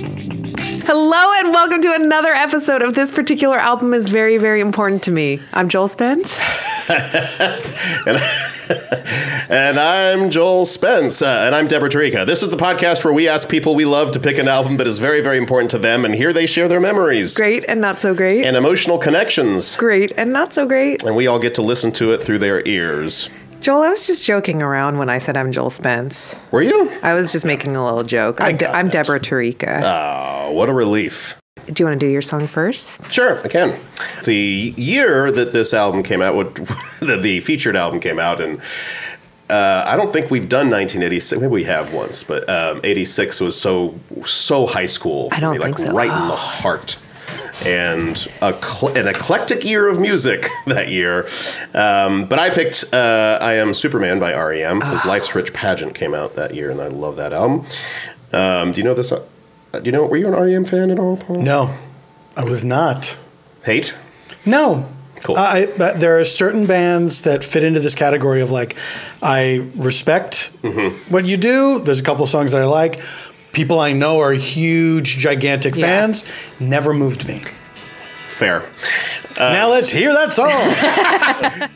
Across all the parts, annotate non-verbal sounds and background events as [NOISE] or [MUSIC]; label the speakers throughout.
Speaker 1: Hello and welcome to another episode of this particular album is very, very important to me. I'm Joel Spence.
Speaker 2: And I'm Joel Spence, uh, and I'm Deborah Tarica. This is the podcast where we ask people we love to pick an album that is very, very important to them, and here they share their memories
Speaker 1: Great and not so great.
Speaker 2: and emotional connections.
Speaker 1: great and not so great.
Speaker 2: And we all get to listen to it through their ears.
Speaker 1: Joel, I was just joking around when I said I'm Joel Spence.
Speaker 2: Were you?
Speaker 1: I was just making a little joke. I'm, De-
Speaker 2: got
Speaker 1: I'm
Speaker 2: that.
Speaker 1: Deborah Tarika.
Speaker 2: Oh, what a relief.
Speaker 1: do you want to do your song first?
Speaker 2: Sure, I can. The year that this album came out, what, [LAUGHS] that the featured album came out, and uh, I don't think we've done 1986. Maybe we have once, but um, 86 was so so high school. For
Speaker 1: I don't
Speaker 2: me, like
Speaker 1: think so.
Speaker 2: right in the heart. And a cl- an eclectic year of music [LAUGHS] that year, um, but I picked uh, "I Am Superman" by REM
Speaker 1: Ah.
Speaker 2: because "Life's Rich Pageant" came out that year, and I love that album. Um, do you know this? uh, Do you know? Were you an REM fan at all? Paul?
Speaker 3: No, I was not.
Speaker 2: Hate?
Speaker 3: No.
Speaker 2: Cool.
Speaker 3: I, but there are certain bands that fit into this category of like, I respect what you do. There's a couple songs that I like. People I know are huge, gigantic
Speaker 1: Yeah.
Speaker 3: fans. Never moved me.
Speaker 2: Fair.
Speaker 3: now let's hear that song.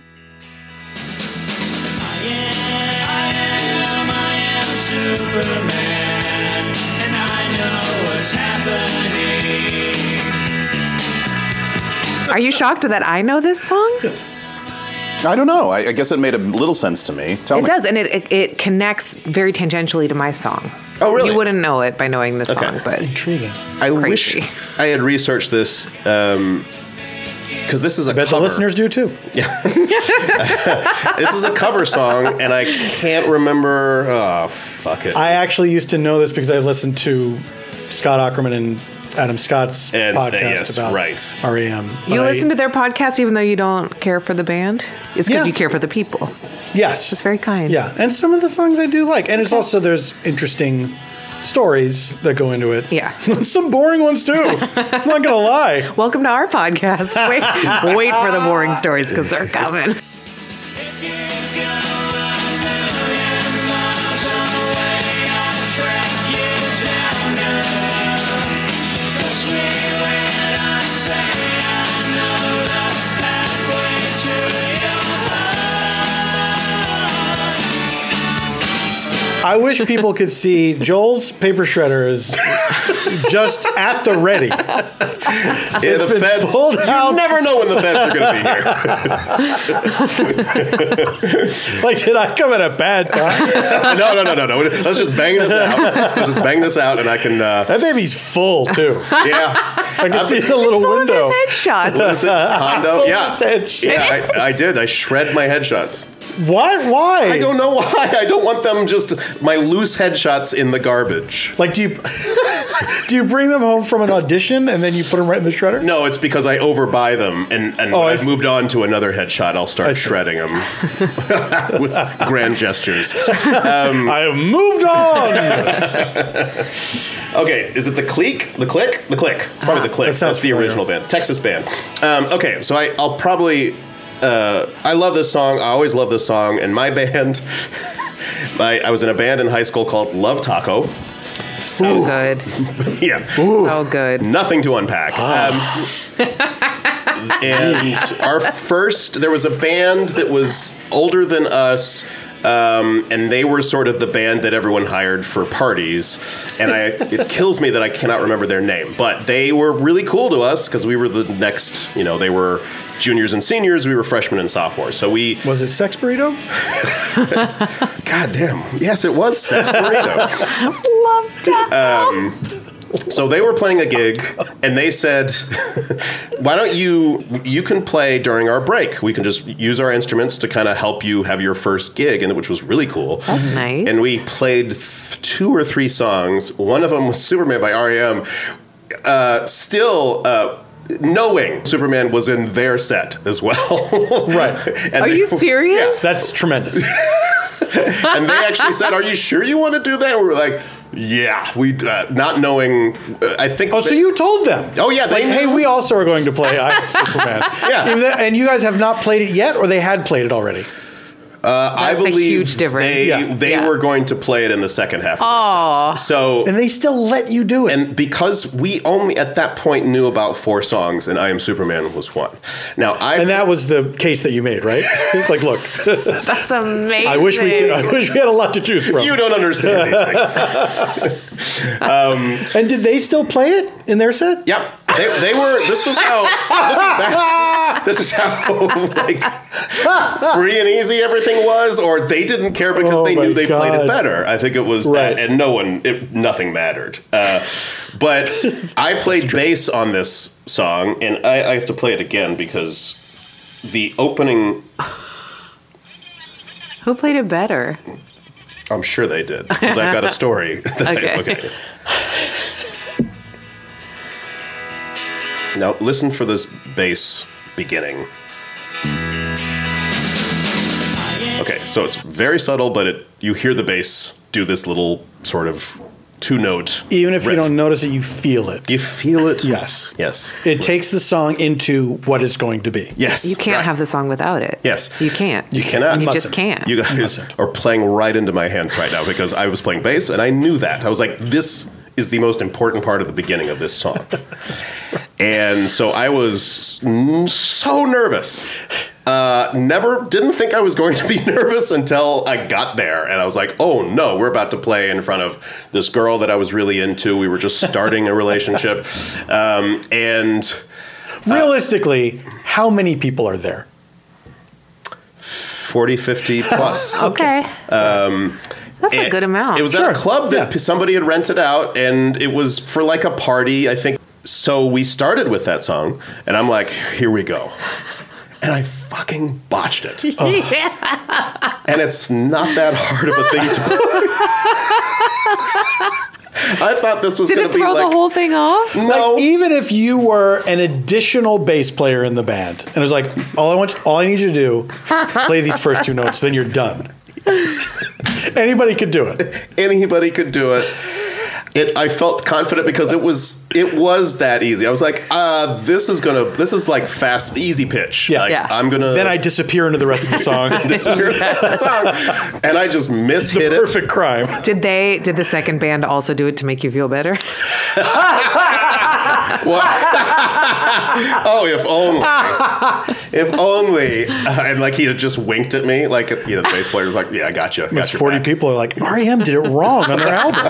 Speaker 1: Are you shocked that I know this song?
Speaker 2: Oh
Speaker 4: I don't know. I, I guess it made a little sense to me. Tell
Speaker 1: It
Speaker 4: me.
Speaker 1: does, and it, it, it connects very tangentially to my song.
Speaker 2: Oh, really?
Speaker 1: You wouldn't know it by knowing this song,
Speaker 2: [LAUGHS]
Speaker 1: but
Speaker 3: Intriguing.
Speaker 2: I
Speaker 1: Crazy.
Speaker 2: wish I had researched this because this is a
Speaker 3: I bet
Speaker 2: cover.
Speaker 3: the listeners do too.
Speaker 2: [LAUGHS] this is a cover song, and I can't remember. Oh, fuck it.
Speaker 3: I actually used to know this because I listened to Scott Ackerman and Adam Scott's
Speaker 2: And-
Speaker 3: podcast
Speaker 2: yes,
Speaker 3: about E
Speaker 2: right.
Speaker 3: REM.
Speaker 1: you listen to their podcast even though you don't care for the band. It's because
Speaker 3: Yeah.
Speaker 1: you care for the people.
Speaker 3: yes,
Speaker 1: It's very kind.
Speaker 3: Yeah, and some of the songs I do like, and it's also there's interesting stories that go into it.
Speaker 1: Yeah.
Speaker 3: [LAUGHS] some boring ones
Speaker 2: [LAUGHS]
Speaker 3: too. I'm not gonna lie.
Speaker 1: Welcome to our podcast. Wait, wait for the boring stories because they're coming.
Speaker 3: I wish people could see Joel's paper shredder is just at the ready.
Speaker 2: Yeah, the
Speaker 3: been
Speaker 2: feds.
Speaker 3: pulled out.
Speaker 2: You never know when the feds are going to be here.
Speaker 3: [LAUGHS] Like, did I come at a bad time?
Speaker 2: no, no, no, no, no. Let's just bang this out. Let's just bang this out, and I can. Uh,
Speaker 3: That baby's full too.
Speaker 2: yeah.
Speaker 3: I can see the little window.
Speaker 1: Headshots.
Speaker 2: Is it condo? Yeah.
Speaker 3: Full of headshots.
Speaker 2: Yeah, I, I did. I shred my headshots.
Speaker 3: What? Why?
Speaker 2: I don't know why. I don't want them just my loose headshots in the garbage.
Speaker 3: Like, do you [LAUGHS] do you bring them home from an audition and then you put them right in the shredder?
Speaker 2: No, it's because I overbuy them, and, and
Speaker 3: Oh,
Speaker 2: when
Speaker 3: I
Speaker 2: I've
Speaker 3: see.
Speaker 2: moved on to another headshot. I'll start
Speaker 3: see.
Speaker 2: shredding them [LAUGHS] with grand gestures.
Speaker 3: I have moved on.
Speaker 2: Okay, is it the clique? The click? The click. It's probably the click.
Speaker 3: Ah, That sounds
Speaker 2: That's the
Speaker 3: familiar.
Speaker 2: original band, Texas band. Um, okay, so I, I'll probably. Uh, I love this song. I always love this song. And my [LAUGHS] band, my, I was in a band in high school called Love Taco. [LAUGHS]
Speaker 1: So good.
Speaker 2: yeah.
Speaker 1: So good.
Speaker 2: Nothing to unpack. Um, and our first, there was a band that was older than us, um, and they were sort of the band that everyone hired for parties. And I, it kills me that I cannot remember their name, but they were really cool to us because we were the next, you know, they were juniors and seniors, we were freshmen and sophomores. So we
Speaker 3: Was it sex burrito?
Speaker 2: God damn. Yes, it was Sex Burrito. [LAUGHS] Love Um, so they were playing a gig, and they said, [LAUGHS] "Why don't you? You can play during our break. We can just use our instruments to kind of help you have your first gig," and which was really cool.
Speaker 1: That's nice.
Speaker 2: And we played th- two or three songs. One of them was Superman by REM. Uh, still. Uh, Knowing Superman was in their set as well, [LAUGHS]
Speaker 3: Right.
Speaker 2: And
Speaker 1: Are
Speaker 2: they- [LAUGHS]
Speaker 1: you serious?
Speaker 3: That's tremendous.
Speaker 2: and they actually said, "Are you sure you want to do that?" And we were like, "Yeah, we uh, not knowing." Uh, I think.
Speaker 3: Oh, so
Speaker 2: that-
Speaker 3: you told them?
Speaker 2: Oh, yeah, they
Speaker 3: like, hey,
Speaker 2: knew.
Speaker 3: we also
Speaker 2: [LAUGHS]
Speaker 3: are going to play I Am Superman.
Speaker 2: Yeah.
Speaker 3: If that- and you guys have not played it yet, or they had played it already.
Speaker 2: Uh, I
Speaker 1: That's a
Speaker 2: believe
Speaker 1: huge difference.
Speaker 2: they
Speaker 3: Yeah.
Speaker 2: they
Speaker 1: Yeah.
Speaker 2: were going to play it in the second half.
Speaker 1: Aw.
Speaker 2: Of the set. so
Speaker 3: and they still let you do it.
Speaker 2: and because we only at that point knew about four songs, and I Am Superman was one. Now I
Speaker 3: And that was the case that you made, right? It's
Speaker 2: [LAUGHS]
Speaker 3: like, look,
Speaker 1: That's amazing.
Speaker 3: I wish we
Speaker 2: uh,
Speaker 3: could, I wish we had a lot to choose from.
Speaker 2: you don't understand these things.
Speaker 3: [LAUGHS] And did they still play it in their set?
Speaker 2: Yep, they, they were. This is how. looking back, this is how like free and easy everything was, or they didn't care because
Speaker 3: Oh
Speaker 2: they
Speaker 3: my
Speaker 2: knew they played
Speaker 3: God.
Speaker 2: it better. I think it was
Speaker 3: Right.
Speaker 2: that, and no one, it, nothing mattered. Uh,
Speaker 3: [LAUGHS]
Speaker 2: but I played bass on this song, and I, I have to play it again because the opening.
Speaker 1: Who played it better?
Speaker 2: I'm sure they did because I've got a story. [LAUGHS] that I-
Speaker 1: Okay.
Speaker 2: Now listen for this bass beginning. Okay, so it's very subtle, but it you hear the bass do this little sort of two note.
Speaker 3: Even if you don't notice it, you feel it.
Speaker 2: you feel it.
Speaker 3: Yes.
Speaker 2: Yes.
Speaker 3: It takes the song into what it's going to be.
Speaker 2: yes.
Speaker 1: You can't
Speaker 2: right.
Speaker 1: have the song without it.
Speaker 2: Yes.
Speaker 1: You can't.
Speaker 2: You cannot.
Speaker 1: You just
Speaker 3: Mustn't.
Speaker 1: can't.
Speaker 2: You guys
Speaker 3: Mustn't.
Speaker 2: are playing right into my hands right now because I was playing bass and I knew that. I was like, this is the most important part of the beginning of
Speaker 1: [LAUGHS]
Speaker 2: this song. and so I was n- so nervous. Uh, never didn't think I was going to be [LAUGHS] nervous until I got there and I was like, oh no, we're about to play in front of this girl that I was really into. We were just starting
Speaker 1: [LAUGHS]
Speaker 2: a relationship. Um, and
Speaker 3: Realistically, how many people are there?
Speaker 2: 40, 50 plus.
Speaker 1: [LAUGHS] okay. Um, That's a
Speaker 2: It-
Speaker 1: good amount.
Speaker 2: It was
Speaker 3: Sure,
Speaker 2: at a club that
Speaker 3: yeah.
Speaker 2: p- somebody had rented out, and it was for like a party, I think. So we started with that song, and I'm like, here we go. And I fucking botched
Speaker 1: [LAUGHS]
Speaker 2: it. [LAUGHS]
Speaker 1: yeah.
Speaker 2: And it's not that hard of a thing to [LAUGHS] I thought this was
Speaker 1: Did
Speaker 2: going
Speaker 1: it
Speaker 2: to be
Speaker 1: throw
Speaker 2: like.
Speaker 1: the whole thing off?
Speaker 2: no.
Speaker 3: Even if you were an additional bass player in the band, and it was like, all I want, you- all I need you
Speaker 1: [LAUGHS]
Speaker 3: to do, play these first two notes, then you're done. Anybody could do
Speaker 1: e-
Speaker 3: it.
Speaker 2: anybody could do it. It, I felt confident because it was it was that easy. I was like, uh, this is gonna this is like fast easy pitch.
Speaker 3: Yeah.
Speaker 2: Like,
Speaker 1: Yeah.
Speaker 2: I'm gonna
Speaker 3: Then I disappear into the rest of the song. [LAUGHS]
Speaker 2: disappear the rest of the song. And I just
Speaker 3: the
Speaker 2: mishit it.
Speaker 3: perfect crime.
Speaker 1: Did they? Did the second band also do it to make you feel better? [LAUGHS]
Speaker 2: Well, [LAUGHS] oh, if only. If only. Uh, and like he had just winked at me. Like, you know, the bass player was like, yeah, I got you. I
Speaker 3: Because
Speaker 2: Got your
Speaker 3: 40
Speaker 2: back."
Speaker 3: people are like, REM did it wrong on their album.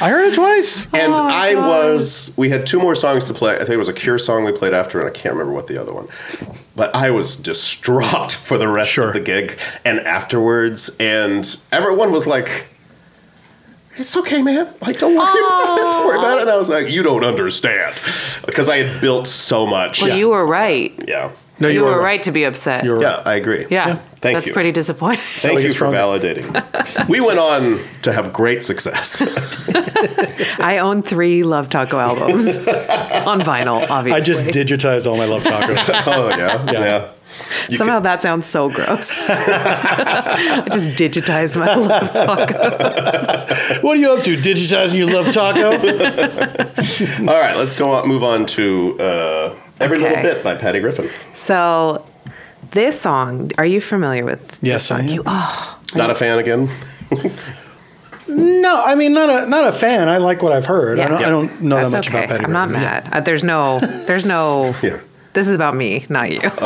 Speaker 3: I heard it twice.
Speaker 2: And
Speaker 1: Oh,
Speaker 2: I
Speaker 1: God.
Speaker 2: was, we had two more songs to play. I think it was a Cure song we played after, and I can't remember what the other one. But I was distraught [LAUGHS] for the rest
Speaker 3: Sure.
Speaker 2: of the gig and afterwards. And everyone was like, it's okay, man. Like, don't worry about it. [LAUGHS] Don't worry about it. And I was like, you don't understand. Because I had built so much.
Speaker 1: Well, you were right.
Speaker 2: yeah.
Speaker 3: No,
Speaker 1: You, were right. to be upset.
Speaker 3: You were
Speaker 2: Yeah, I agree.
Speaker 1: yeah.
Speaker 2: Thank
Speaker 1: That's
Speaker 2: you.
Speaker 1: pretty disappointing.
Speaker 2: Thank
Speaker 3: Tell
Speaker 2: you
Speaker 3: it's
Speaker 2: for
Speaker 1: [LAUGHS]
Speaker 3: wrong.
Speaker 2: validating. we went on to have great success. [LAUGHS]
Speaker 1: I own three Love Taco
Speaker 3: [LAUGHS]
Speaker 1: albums on vinyl, obviously.
Speaker 3: I just digitized all my
Speaker 1: [LAUGHS]
Speaker 3: Love Taco.
Speaker 2: oh yeah, yeah. You
Speaker 1: Somehow that sounds so
Speaker 3: [LAUGHS]
Speaker 1: gross. I just digitized my Love Taco.
Speaker 3: what are you up to? Digitizing your Love Taco?
Speaker 2: could- all right, let's go on. Move on to uh, "Every
Speaker 1: Okay.
Speaker 2: Little Bit" by Patty Griffin.
Speaker 1: So, this song, are you familiar with?
Speaker 3: yes, I am.
Speaker 1: oh,
Speaker 2: Not a fan again.
Speaker 3: No, I mean not a not a fan. I like what I've heard. I,
Speaker 1: Yeah.
Speaker 3: don't, I
Speaker 2: Yeah.
Speaker 3: don't know
Speaker 1: That's
Speaker 3: that much
Speaker 1: okay.
Speaker 3: about Betty.
Speaker 1: I'm not
Speaker 3: Griffin.
Speaker 1: mad. Uh, there's no. There's
Speaker 3: [LAUGHS]
Speaker 1: no.
Speaker 2: Yeah.
Speaker 1: This is about me, not you. [LAUGHS]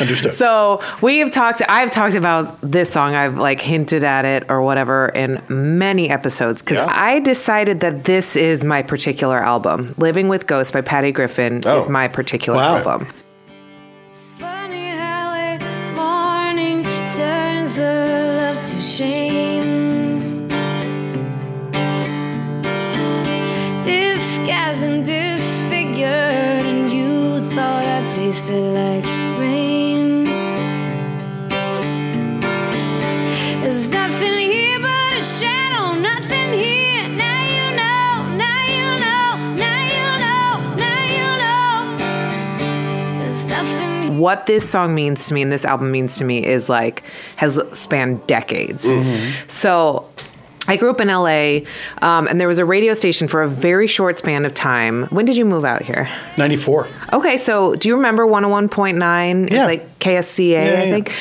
Speaker 3: Understood.
Speaker 1: So we have talked. I've talked about this song. I've like hinted at it or whatever in many episodes because
Speaker 2: Yeah.
Speaker 1: I decided that this is my particular album. "Living with Ghosts" by Patty Griffin
Speaker 2: Oh.
Speaker 1: is my particular
Speaker 3: Wow.
Speaker 1: album.
Speaker 5: It's funny how a warning turns the love to shame. Disguised and disfigured, and you thought I tasted like rain. There's nothing here but a shadow, nothing here. Now you know, now you know, now you know, now you know. There's nothing here.
Speaker 1: What this song means to me and
Speaker 2: Mm-hmm.
Speaker 1: this album means to me is like has spanned decades. So I grew up in LA, um, and there was a radio station for a very short span of time. When did you move out here?
Speaker 3: 94.
Speaker 1: Okay, so do you remember 101.9?
Speaker 3: Yeah.
Speaker 1: It's like KSCA,
Speaker 3: Yeah,
Speaker 1: I
Speaker 3: yeah.
Speaker 1: think.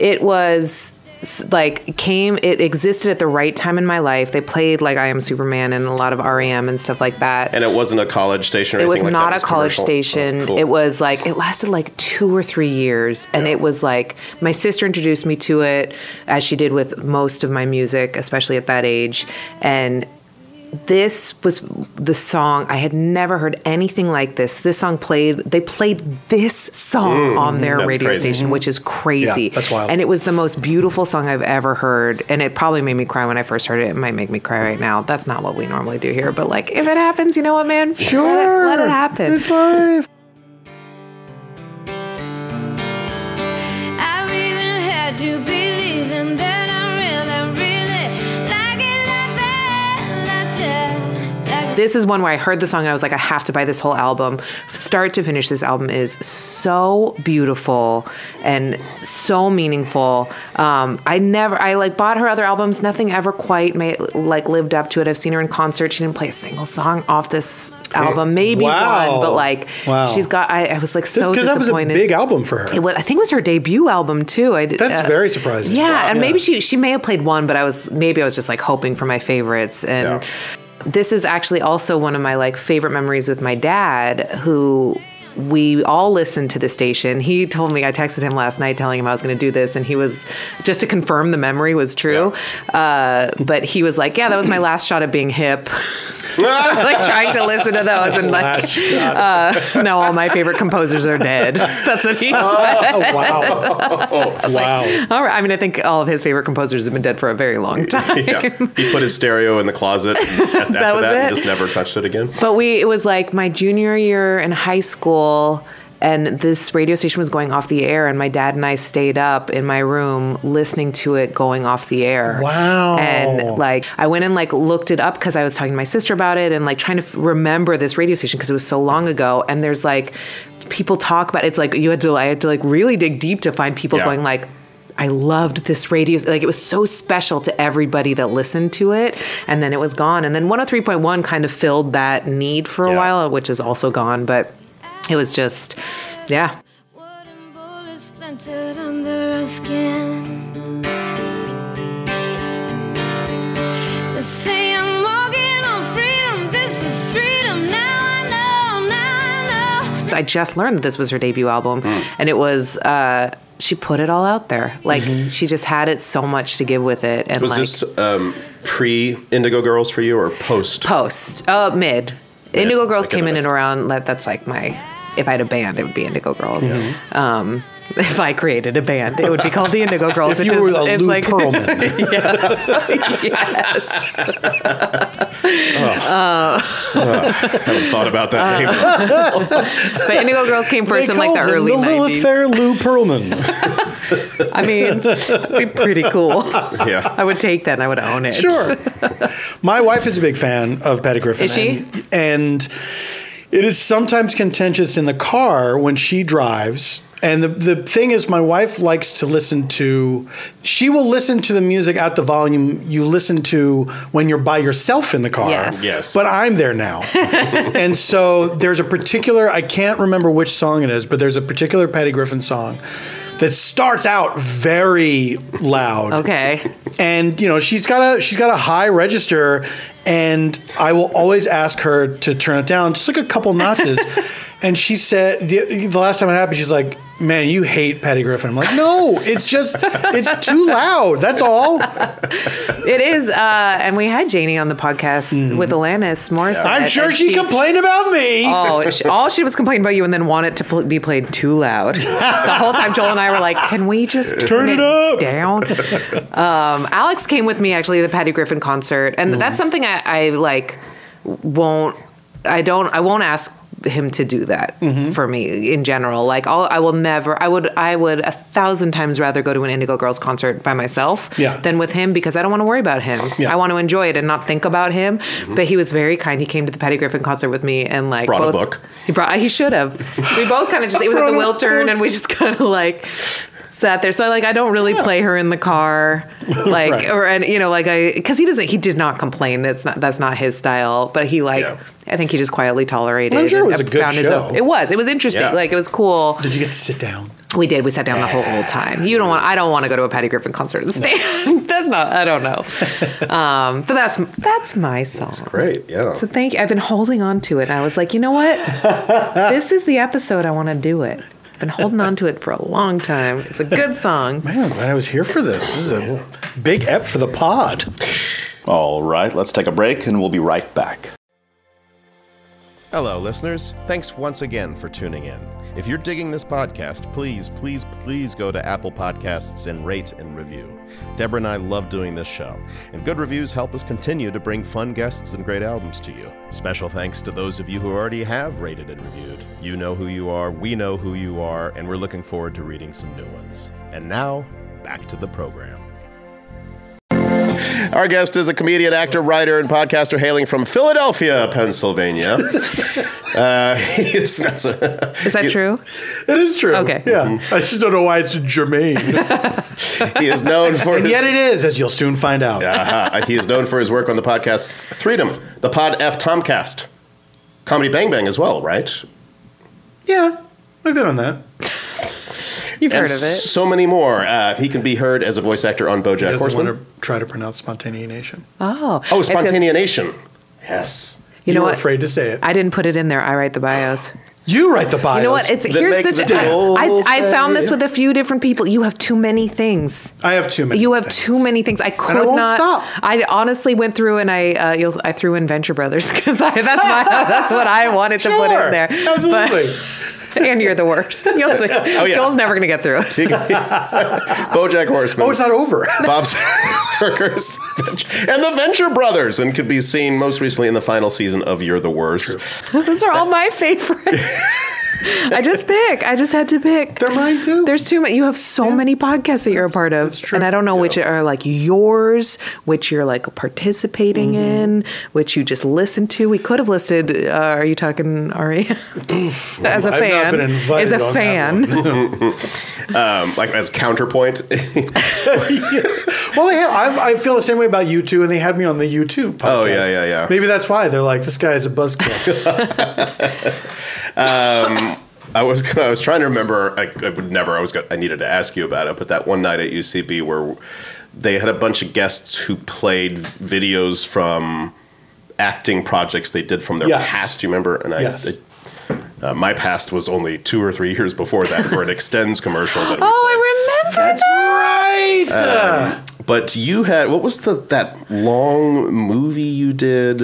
Speaker 1: It was s- like came it existed at the right time in my life. They played like I Am Superman and a lot of REM and stuff like that.
Speaker 2: And it wasn't a college station or
Speaker 1: it was
Speaker 2: anything like that,
Speaker 1: not
Speaker 2: it
Speaker 1: a college
Speaker 2: commercial?
Speaker 1: station.
Speaker 2: Oh, cool.
Speaker 1: It
Speaker 2: [LAUGHS]
Speaker 1: was like it lasted like two or three years, and it was like my sister introduced me to it, as she did with most of my music, especially at that age. And this was the song I had never heard anything like this. This song played. They played this song on their
Speaker 2: Mm, that's
Speaker 1: radio
Speaker 2: crazy. Mm-hmm.
Speaker 1: station, which is crazy.
Speaker 3: Yeah, that's wild.
Speaker 1: And it was the most beautiful song I've ever heard. And it probably made me cry when I first heard it. It might make me cry right now. That's not what we normally do here, but like if it happens, you know what, man?
Speaker 3: Sure.
Speaker 1: Let it, let it happen.
Speaker 3: It's life.
Speaker 5: I've even had you believing that I really, really like it like that, like that, like
Speaker 1: this is one where I heard the song and I was like, I have to buy this whole album. Start to finish, this album is so beautiful and so meaningful. Um, I never, I like bought her other albums. Nothing ever quite made like lived up to it. I've seen her in concert. She didn't play a single song off this album, maybe
Speaker 3: Wow.
Speaker 1: one, but like
Speaker 3: Wow.
Speaker 1: she's got. I, I was like so
Speaker 3: Because
Speaker 1: disappointed.
Speaker 3: that was a big album for her.
Speaker 1: It was, I think it was her debut album too. I uh, did,
Speaker 3: That's very surprising.
Speaker 1: Yeah,
Speaker 3: Wow.
Speaker 1: and
Speaker 3: Yeah.
Speaker 1: maybe she she may have played one, but I was maybe I was just like hoping for my favorites. And
Speaker 2: Yeah.
Speaker 1: this is actually also one of my like favorite memories with my dad, who we all listened to the station. He told me I texted him last night telling him I was going to do this, and he was just to confirm the memory was true. Uh, but he was like, "Yeah, that was my last shot at being hip." [LAUGHS] like trying to listen to those and like
Speaker 3: Last shot.
Speaker 1: uh, [LAUGHS] now all my favorite composers are dead. [LAUGHS] That's what he said. [LAUGHS]
Speaker 3: Oh, wow. wow.
Speaker 1: All right. I mean, I think all of his favorite composers have been dead for a very long time.
Speaker 2: [LAUGHS] Yeah. He put his stereo in the
Speaker 1: [LAUGHS]
Speaker 2: closet and after that,
Speaker 1: was
Speaker 2: and
Speaker 1: it.
Speaker 2: just never touched it again.
Speaker 1: But we, it was like my junior year in high school, and this radio station was going off the air, and my dad and I stayed up in my room listening to it going off the air.
Speaker 3: Wow.
Speaker 1: And like, I went and like looked it up because I was talking to my sister about it and like trying to f- remember this radio station because it was so long ago. And there's like people talk about it's like you had to, I had to like really dig deep to find people
Speaker 2: Yeah.
Speaker 1: going like, I loved this radio. Like it was so special to everybody that listened to it, and then it was gone. And then 103.1 kind of filled that need for a
Speaker 2: Yeah.
Speaker 1: while, which is also gone. But it was just, yeah.
Speaker 5: Wooden bullets planted under her skin. They say I'm walking on freedom. This is freedom. Now I know. Now I know.
Speaker 1: I just learned that this was her debut album,
Speaker 2: Hmm.
Speaker 1: and it was. Uh, she put it all out there. Like she just had it so much to give with it, and
Speaker 2: Mm-hmm. Was
Speaker 1: like
Speaker 2: this um, pre Indigo Girls for you or post?
Speaker 1: post uh, mid. Indigo Girls
Speaker 2: like in
Speaker 1: came
Speaker 2: the
Speaker 1: in and
Speaker 2: mix.
Speaker 1: around. Like, that's like my. If I had a band, it would be Indigo Girls. Um, [LAUGHS] if I created a band, it would be called the Indigo Girls.
Speaker 3: If
Speaker 1: which
Speaker 3: you were
Speaker 1: is,
Speaker 3: a
Speaker 1: is
Speaker 3: Lou
Speaker 1: like,
Speaker 3: Pearlman,
Speaker 1: yes, [LAUGHS] yes.
Speaker 2: haven't thought
Speaker 1: [LAUGHS]
Speaker 2: about that
Speaker 1: Uh.
Speaker 2: name.
Speaker 1: But Indigo Girls came
Speaker 3: they
Speaker 1: first in like
Speaker 3: called
Speaker 1: the
Speaker 3: him
Speaker 1: early
Speaker 3: the Lilith
Speaker 1: 90s.
Speaker 3: Fair Lou Pearlman.
Speaker 1: I mean, it'd be pretty
Speaker 3: [LAUGHS]
Speaker 1: cool. I
Speaker 2: yeah.
Speaker 1: would take that and I would own it.
Speaker 3: Sure.
Speaker 1: [LAUGHS]
Speaker 3: My wife is a big fan of Patty Griffin.
Speaker 1: Is she?
Speaker 3: And, and it is sometimes contentious in the car when she drives. And the, the thing is, my wife likes to listen to, she will listen to the music at the volume you listen to when you're by yourself in the car.
Speaker 1: Yes.
Speaker 2: Yes.
Speaker 3: But I'm there
Speaker 1: [LAUGHS]
Speaker 3: now. and so there's a particular, I can't remember which song it is, but there's a particular Patty Griffin song that starts out very loud
Speaker 1: Okay.
Speaker 3: and you know she's got a she's got a high register and i will always ask her to turn it down just like a couple notches [LAUGHS] and she said the, the last time it happened she's like man you hate patty griffin i'm like no it's just it's too loud that's all
Speaker 1: It is. Uh, and we had Janie on the podcast with Alanis Morissette.
Speaker 3: Mm-hmm. i'm sure
Speaker 1: and
Speaker 3: she, complained about me
Speaker 1: Oh, she, all she was complaining about you, and then wanted to pl- be played too loud. the whole time, Joel and I were like, "Can we just turn,
Speaker 3: it up."
Speaker 1: down?" Um, Alex came with me actually to the Patty Griffin concert, and
Speaker 3: Mm-hmm.
Speaker 1: that's something I, I like won't. I don't. I won't ask him to do that
Speaker 3: Mm-hmm.
Speaker 1: for me in general. Like, I'll, I will never. I would. I would a thousand times rather go to an Indigo Girls concert by myself
Speaker 3: Yeah.
Speaker 1: than with him because I don't want to worry about him.
Speaker 3: Yeah. Mm-hmm.
Speaker 1: I want to enjoy it and not think about him. But he was very kind. He came to the Patty Griffin concert with me and like
Speaker 2: Brought a
Speaker 1: both-
Speaker 2: book.
Speaker 3: [LAUGHS]
Speaker 1: [LAUGHS] He brought. He should have. We both kind of just. It was at the Wiltern, and we just kind of like sat there. So I like I don't really play her in the car, like
Speaker 3: [LAUGHS] Right.
Speaker 1: or and you know like I because he doesn't he did not complain. That's not that's not his style. But he like
Speaker 2: Yeah.
Speaker 1: I think he just quietly tolerated.
Speaker 3: I'm sure it
Speaker 1: and
Speaker 3: was a good
Speaker 1: found his
Speaker 3: show.
Speaker 1: own- It was it was interesting.
Speaker 2: Yeah.
Speaker 1: Like it was cool.
Speaker 3: Did you get to sit down?
Speaker 1: We did. We sat down the whole whole time. You don't want. I don't want to go to a Patty Griffin concert in the stand. [LAUGHS] that's not. I don't
Speaker 3: [LAUGHS]
Speaker 1: know. Um, but that's that's my song.
Speaker 2: Great, yeah.
Speaker 1: So thank. I've been holding on to it. And I was like, you know
Speaker 2: [LAUGHS]
Speaker 1: what? this is the episode I want to do it. I've been holding on to it for a long time. It's a good song.
Speaker 3: Man, I'm glad I was here for this. This is a big ep for the pod.
Speaker 4: All right, let's take a break and we'll be right back.
Speaker 2: Hello, listeners. Thanks once again for tuning in. If you're digging this podcast, please, please, please go to Apple Podcasts and rate and review. Deborah and I love doing this show, and good reviews help us continue to bring fun guests and great albums to you. Special thanks to those of you who already have rated and reviewed. You know who you are, we know who you are, and we're looking forward to reading some new ones. And now, back to the program. Our guest is a comedian, actor, writer, and podcaster hailing from Philadelphia,
Speaker 3: [LAUGHS]
Speaker 2: Pennsylvania. uh, he's that's a-
Speaker 1: Is that true?
Speaker 3: It is true.
Speaker 1: Okay.
Speaker 3: Yeah. I just don't know why it's germane.
Speaker 2: he is known for
Speaker 3: [LAUGHS] and
Speaker 2: his,
Speaker 3: yet it is, as you'll soon find out.
Speaker 2: Aha. he is known for his work on the podcast Freedom, the Pod F Tomcast, Comedy Bang Bang as well, right?
Speaker 3: Yeah. I've been on that.
Speaker 1: You've heard
Speaker 2: And
Speaker 1: of it.
Speaker 2: So many more. Uh, he can be heard as a voice actor on BoJack
Speaker 3: He doesn't
Speaker 2: Horseman.
Speaker 3: want to try to pronounce spontaneous nation.
Speaker 1: Oh,
Speaker 2: Oh,
Speaker 1: It's good.
Speaker 2: Spontanea Nation. Yes.
Speaker 1: You know
Speaker 3: were
Speaker 1: what?
Speaker 3: afraid to say it.
Speaker 1: I didn't put it in there. I write the bios.
Speaker 3: you write the bios.
Speaker 1: You know what? It's
Speaker 2: That
Speaker 1: here's
Speaker 2: make
Speaker 1: the.
Speaker 2: the
Speaker 1: j- I,
Speaker 2: dolls
Speaker 1: I I found this
Speaker 2: say-
Speaker 1: with a few different people. You have too many things.
Speaker 3: I have too many.
Speaker 1: You have
Speaker 3: things.
Speaker 1: too many things. I could
Speaker 3: won't
Speaker 1: not
Speaker 3: stop.
Speaker 1: I honestly went through and I uh, you'll, I threw in Venture Brothers [LAUGHS] because that's my that's what I wanted to put in
Speaker 3: Sure.
Speaker 1: there. But- [LAUGHS]
Speaker 3: Absolutely.
Speaker 1: and you're the
Speaker 3: [LAUGHS]
Speaker 1: worst. You'll see.
Speaker 3: Oh,
Speaker 2: yeah.
Speaker 1: Joel's never gonna get through it.
Speaker 2: BoJack Horseman.
Speaker 3: oh, it's not over.
Speaker 2: Bob's [LAUGHS] Burgers, and the Venture Brothers, and could be seen most recently in the final season of You're the Worst.
Speaker 1: Those are all my
Speaker 3: [LAUGHS]
Speaker 1: favorites. I just pick. I just had to pick.
Speaker 3: They're mine too.
Speaker 1: There's too many. You have so many podcasts that you're a part of,
Speaker 3: true.
Speaker 1: and I don't know which are like yours, which you're like participating
Speaker 3: Mm-hmm.
Speaker 1: in, which you just listen to. We could have listed. Uh, are you talking Ari? [LAUGHS] as a
Speaker 3: I've not
Speaker 1: fan,
Speaker 3: been
Speaker 1: as
Speaker 3: invited
Speaker 1: a
Speaker 3: on that
Speaker 1: fan,
Speaker 2: Um, like as counterpoint,
Speaker 3: [LAUGHS]
Speaker 2: [LAUGHS]
Speaker 3: Well, they have. I, I feel the same way about you two, and they had me on the U two podcast.
Speaker 2: Oh, yeah, yeah, yeah.
Speaker 3: Maybe that's why they're like, this guy is
Speaker 2: [LAUGHS]
Speaker 3: a buzzkill.
Speaker 2: I was gonna, I was trying to remember. I, I would never. I was gonna, I needed to ask you about it, but that one night at UCB where they had a bunch of guests who played videos from acting projects they did from their
Speaker 3: Yes.
Speaker 2: past. You remember? And I.
Speaker 3: Yes.
Speaker 2: I- uh, my past was only two or three years before that for an extends commercial. That
Speaker 1: [LAUGHS]
Speaker 2: we
Speaker 1: [GASPS] Oh, I remember.
Speaker 3: that's right.
Speaker 2: played. But you had what was the that long movie you did? [LAUGHS]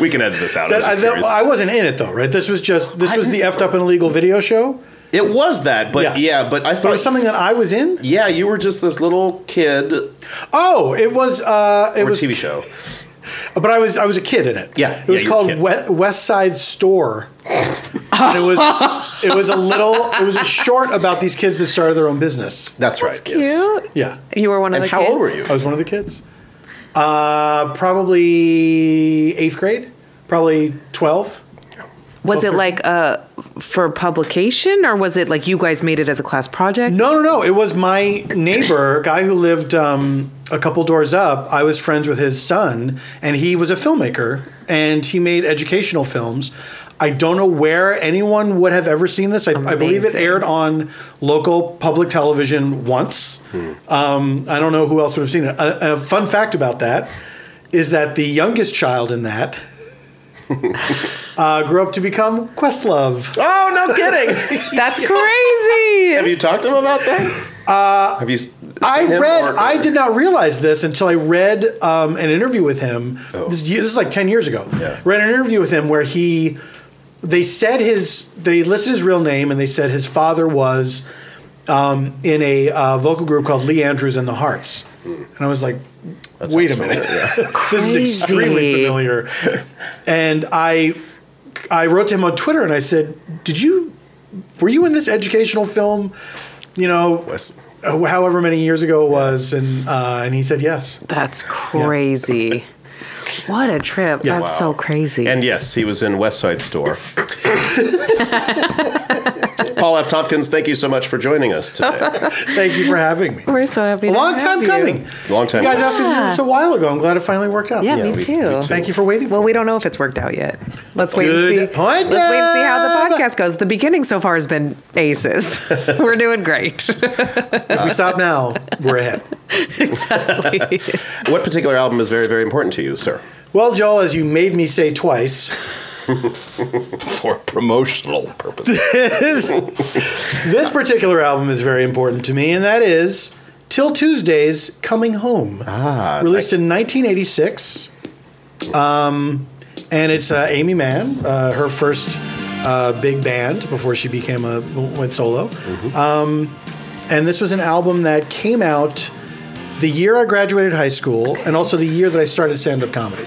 Speaker 2: we can edit this out. I'm
Speaker 3: that,
Speaker 2: just
Speaker 3: I, that,
Speaker 2: curious.
Speaker 3: I wasn't in it though, right? This was just this was the effed up and illegal video show.
Speaker 2: it was that, but
Speaker 3: Yes.
Speaker 2: yeah, but I
Speaker 3: It
Speaker 2: thought
Speaker 3: was something that I was in.
Speaker 2: Yeah, you were just this little kid
Speaker 3: Oh, it was. Uh, it
Speaker 2: or
Speaker 3: was
Speaker 2: TV show.
Speaker 3: But I was I was a kid in it.
Speaker 2: Yeah,
Speaker 3: it was
Speaker 2: yeah, you were a
Speaker 3: called
Speaker 2: kid.
Speaker 3: West, West Side Store. and it was it was a little it was a short about these kids that started their own business.
Speaker 2: That's, right.
Speaker 1: Cute.
Speaker 2: yes.
Speaker 3: Yeah,
Speaker 1: You were one of
Speaker 2: And
Speaker 1: the
Speaker 2: how
Speaker 1: kids.
Speaker 2: old were you?
Speaker 3: I was one of the kids. Uh, probably eighth grade. Probably twelve.
Speaker 1: Was it like uh, for publication, or was it like you guys made it as a class project?
Speaker 3: No, no, no. It was my neighbor, guy who lived um, a couple doors up. I was friends with his son, and he was a filmmaker, and he made educational films. I don't know where anyone would have ever seen this. I, I believe it
Speaker 1: Amazing.
Speaker 3: aired on local public television once. Um, I don't know who else would have seen it. A, a fun fact about that is that the youngest child in that uh, grew up to become Questlove.
Speaker 2: Oh, no kidding.
Speaker 1: [LAUGHS] That's
Speaker 2: Have
Speaker 1: crazy.
Speaker 2: you talked to him about that? Uh, Have you? s-
Speaker 3: I
Speaker 2: seen him
Speaker 3: read.
Speaker 2: or-
Speaker 3: I did not realize this until I read um, an interview with him. This, is- this is like ten years ago.
Speaker 2: Oh. Yeah.
Speaker 3: Read an interview with him where he, they said his, they listed his real name and they said his father was, um, in a uh, vocal group called Lee Andrews and the Hearts, and I was like,
Speaker 2: Hmm. That
Speaker 3: wait a
Speaker 2: sounds
Speaker 3: minute,
Speaker 2: familiar, yeah.
Speaker 3: this is
Speaker 1: Crazy.
Speaker 3: extremely familiar. and I, I wrote to him on Twitter and I said, did you, were you in this educational film? You know,
Speaker 2: Was-
Speaker 3: uh, however many years ago it was, and uh, and he said yes.
Speaker 1: That's crazy. What a trip. That's so crazy. [LAUGHS]
Speaker 2: And yes, he was in West Side Store. Paul F. Tompkins, thank you so much for joining us today.
Speaker 3: Thank you for having me.
Speaker 1: We're so happy.
Speaker 3: A
Speaker 1: to
Speaker 3: [LAUGHS] long
Speaker 1: have
Speaker 3: time
Speaker 1: you.
Speaker 3: coming.
Speaker 2: Long time
Speaker 3: You guys
Speaker 2: coming.
Speaker 3: asked me to do this a while ago. I'm glad it finally worked out.
Speaker 1: Yeah, [LAUGHS] me
Speaker 2: we-
Speaker 1: too.
Speaker 2: we too.
Speaker 3: Thank you for waiting.
Speaker 1: Well, we don't know if it's worked out yet. Let's wait and
Speaker 3: Good
Speaker 1: see.
Speaker 3: point,
Speaker 1: Let's wait and see how the
Speaker 3: Deb.
Speaker 1: podcast goes. The beginning so far has been aces.
Speaker 3: [LAUGHS]
Speaker 1: We're doing great.
Speaker 3: if we stop now, we're ahead.
Speaker 2: What particular album is very, very important to you, sir?
Speaker 3: Well, Joel, as you made me say twice,
Speaker 4: for promotional purposes.
Speaker 3: this particular album is very important to me, and that is Till Tuesday's Coming Home. Ah, released in 1986. Um, and it's uh, Amy Mann, uh, her first uh, big band before she became a went solo. Um, and this was an album that came out the year I graduated high school, and also the year that I started stand-up comedy.